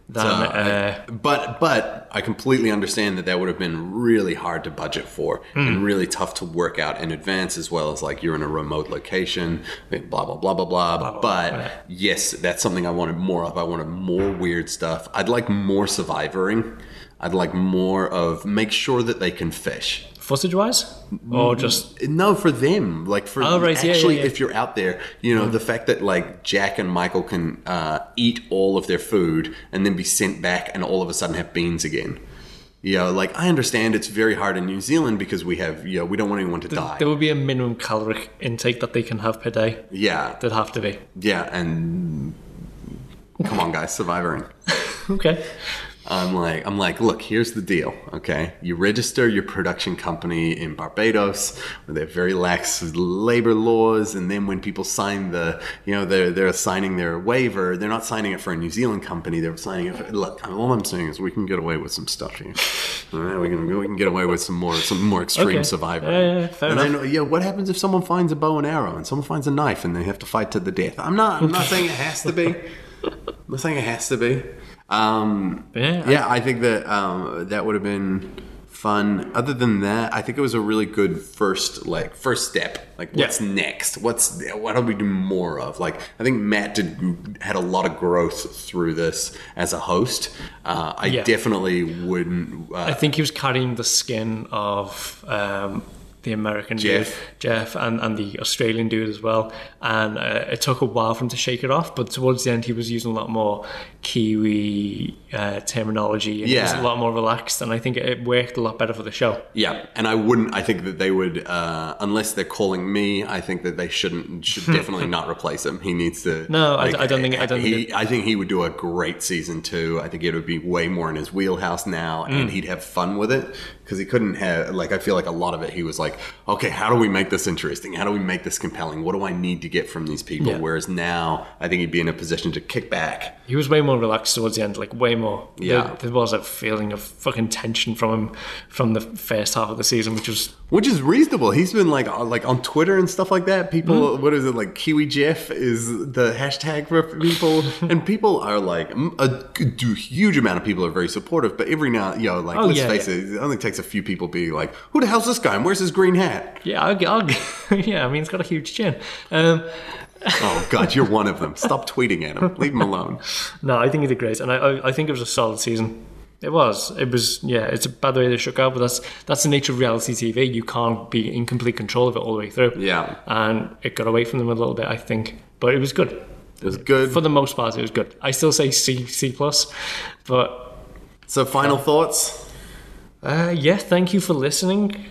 than
uh,
uh,
but but I completely understand that that would have been really hard to budget for and really tough to work out in advance, as well as like you're in a remote location, blah blah blah blah blah.
blah,
but
blah.
yes, that's something I wanted more of. I wanted more weird stuff. I'd like more survivoring. I'd like more of make sure that they can fish.
footage wise,
Mm-hmm.
or just
No, for them, like for
Oh, right, yeah, yeah,
actually,
yeah.
if you're out there, you know the fact that like Jack and Michael can uh, eat all of their food and then be sent back, and all of a sudden have beans again. You know, like I understand it's very hard in New Zealand because we have, you know, we don't want anyone to die.
there will be a minimum caloric intake that they can have per day.
yeah,
That'd have to be
yeah, and come on, guys, surviving.
okay.
I'm like, I'm like, look, here's the deal. Okay, you register your production company in Barbados, where they have very lax labor laws, and then when people sign the, you know, they're they're signing their waiver, they're not signing it for a New Zealand company. They're signing it. For, look, all I'm saying is we can get away with some stuff here. All right, we can we can get away with some more some more
Okay.
extreme survivor.
Yeah, yeah, yeah, fair
and
enough.
then, yeah, what happens if someone finds a bow and arrow and someone finds a knife and they have to fight to the death? I'm not. I'm not saying it has to be. I'm not saying it has to be. Um,
But yeah,
yeah, I think that um, that would have been fun. Other than that, I think it was a really good first like first step. Like what's
Yeah.
next? What's what do we do more of? Like I think Matt did had a lot of growth through this as a host. Uh, I
Yeah.
definitely wouldn't.
I
Uh,
think he was carrying the skin of um, the American
Jeff.
dude, Jeff, and, and the Australian dude as well. And uh, it took a while for him to shake it off, but towards the end, he was using a lot more Kiwi uh, terminology. And He was
Yeah.
a lot more relaxed, and I think it worked a lot better for the show.
yeah, and I wouldn't. I think that they would, uh, unless they're calling me. I think that they shouldn't. Should definitely not replace him. He needs to.
No, I d- I don't think- I don't
he,
think
I think he would do a great season two. I think it would be way more in his wheelhouse now, and
Mm.
he'd have fun with it because he couldn't have. Like, I feel like a lot of it, he was like, "Okay, how do we make this interesting? How do we make this compelling? What do I need to get from these people?"
Yeah.
Whereas now, I think he'd be in a position to kick back.
He was way more relaxed towards the end, like way more.
Yeah.
There, there was a feeling of fucking tension from him from the first half of the season, which was
Which is reasonable. He's been like on, like on Twitter and stuff like that. People,
Mm-hmm.
what is it like? Kiwi Jeff is the hashtag for people, and people are like mm, a g- do- huge amount of people are very supportive. But every now, you know, like
Oh,
let's
yeah,
face
yeah.
it, it only takes a few people being like, "Who the hell's this guy? And where's his green hat?"
yeah, I'll, I'll, yeah. I mean, it's got a huge chin. Um,
oh God, you're one of them. Stop tweeting at him. Leave him alone.
No, I think he did great, and I, I, I think it was a solid season. It was. It was. Yeah. It's a bad way they shook out, but that's that's the nature of reality TV. You can't be in complete control of it all the way through.
Yeah.
And it got away from them a little bit, I think, but it was good
It was good.
for the most part. It was good. I still say C C plus, but
So, final thoughts.
uh, yeah. Thank you for listening.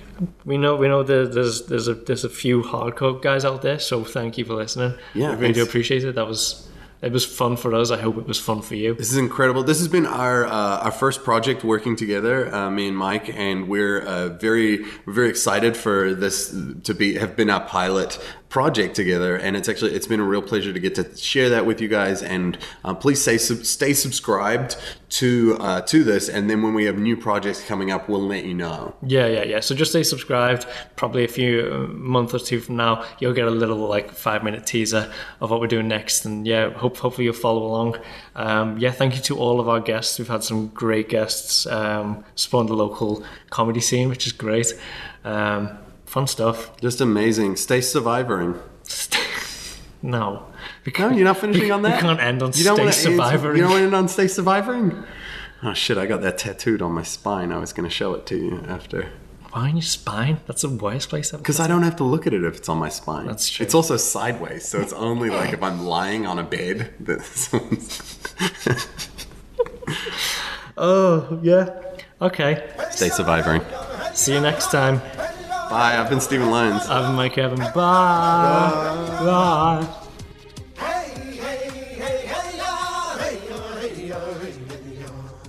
We know we know there, there's there's a there's a few hardcore guys out there, so thank you for listening.
Yeah,
I really do
thanks.
appreciate it. That was it was fun for us. I hope it was fun for you.
This is incredible. This has been our uh, our first project working together, uh, me and Mike, and we're uh, very we're very excited for this to be have been our pilot project together. And it's actually it's been a real pleasure to get to share that with you guys. And uh, please stay sub- stay subscribed to uh, to this. And then when we have new projects coming up, we'll let you know.
Yeah, yeah, yeah. So just stay subscribed. Probably a few uh, month or two from now, you'll get a little like five minute teaser of what we're doing next. And yeah, hope hopefully you'll follow along. Um, yeah, thank you to all of our guests. We've had some great guests. Um, spawned the local comedy scene, which is great. Um, fun stuff.
Just amazing. Stay survivoring.
no, we
No,
can't.
you're not finishing on
we
that.
can't end on stay
wanna end-
survivoring.
You don't want to end on stay survivoring. Oh shit! I got that tattooed on my spine. I was going to show it to you after.
Why on your spine? That's the worst place ever.
Because I don't have to look at it if it's on my spine.
That's true.
It's also sideways, so it's only like if I'm lying on a bed that someone's.
Oh yeah. Okay.
Stay surviving.
See you next time.
Bye, I've been Stephen Lyons.
I've been Mike Evan. Bye. Bye.
Hey, hey, hey, hey, yeah, hey, yeah, hey, yeah, hey, yeah.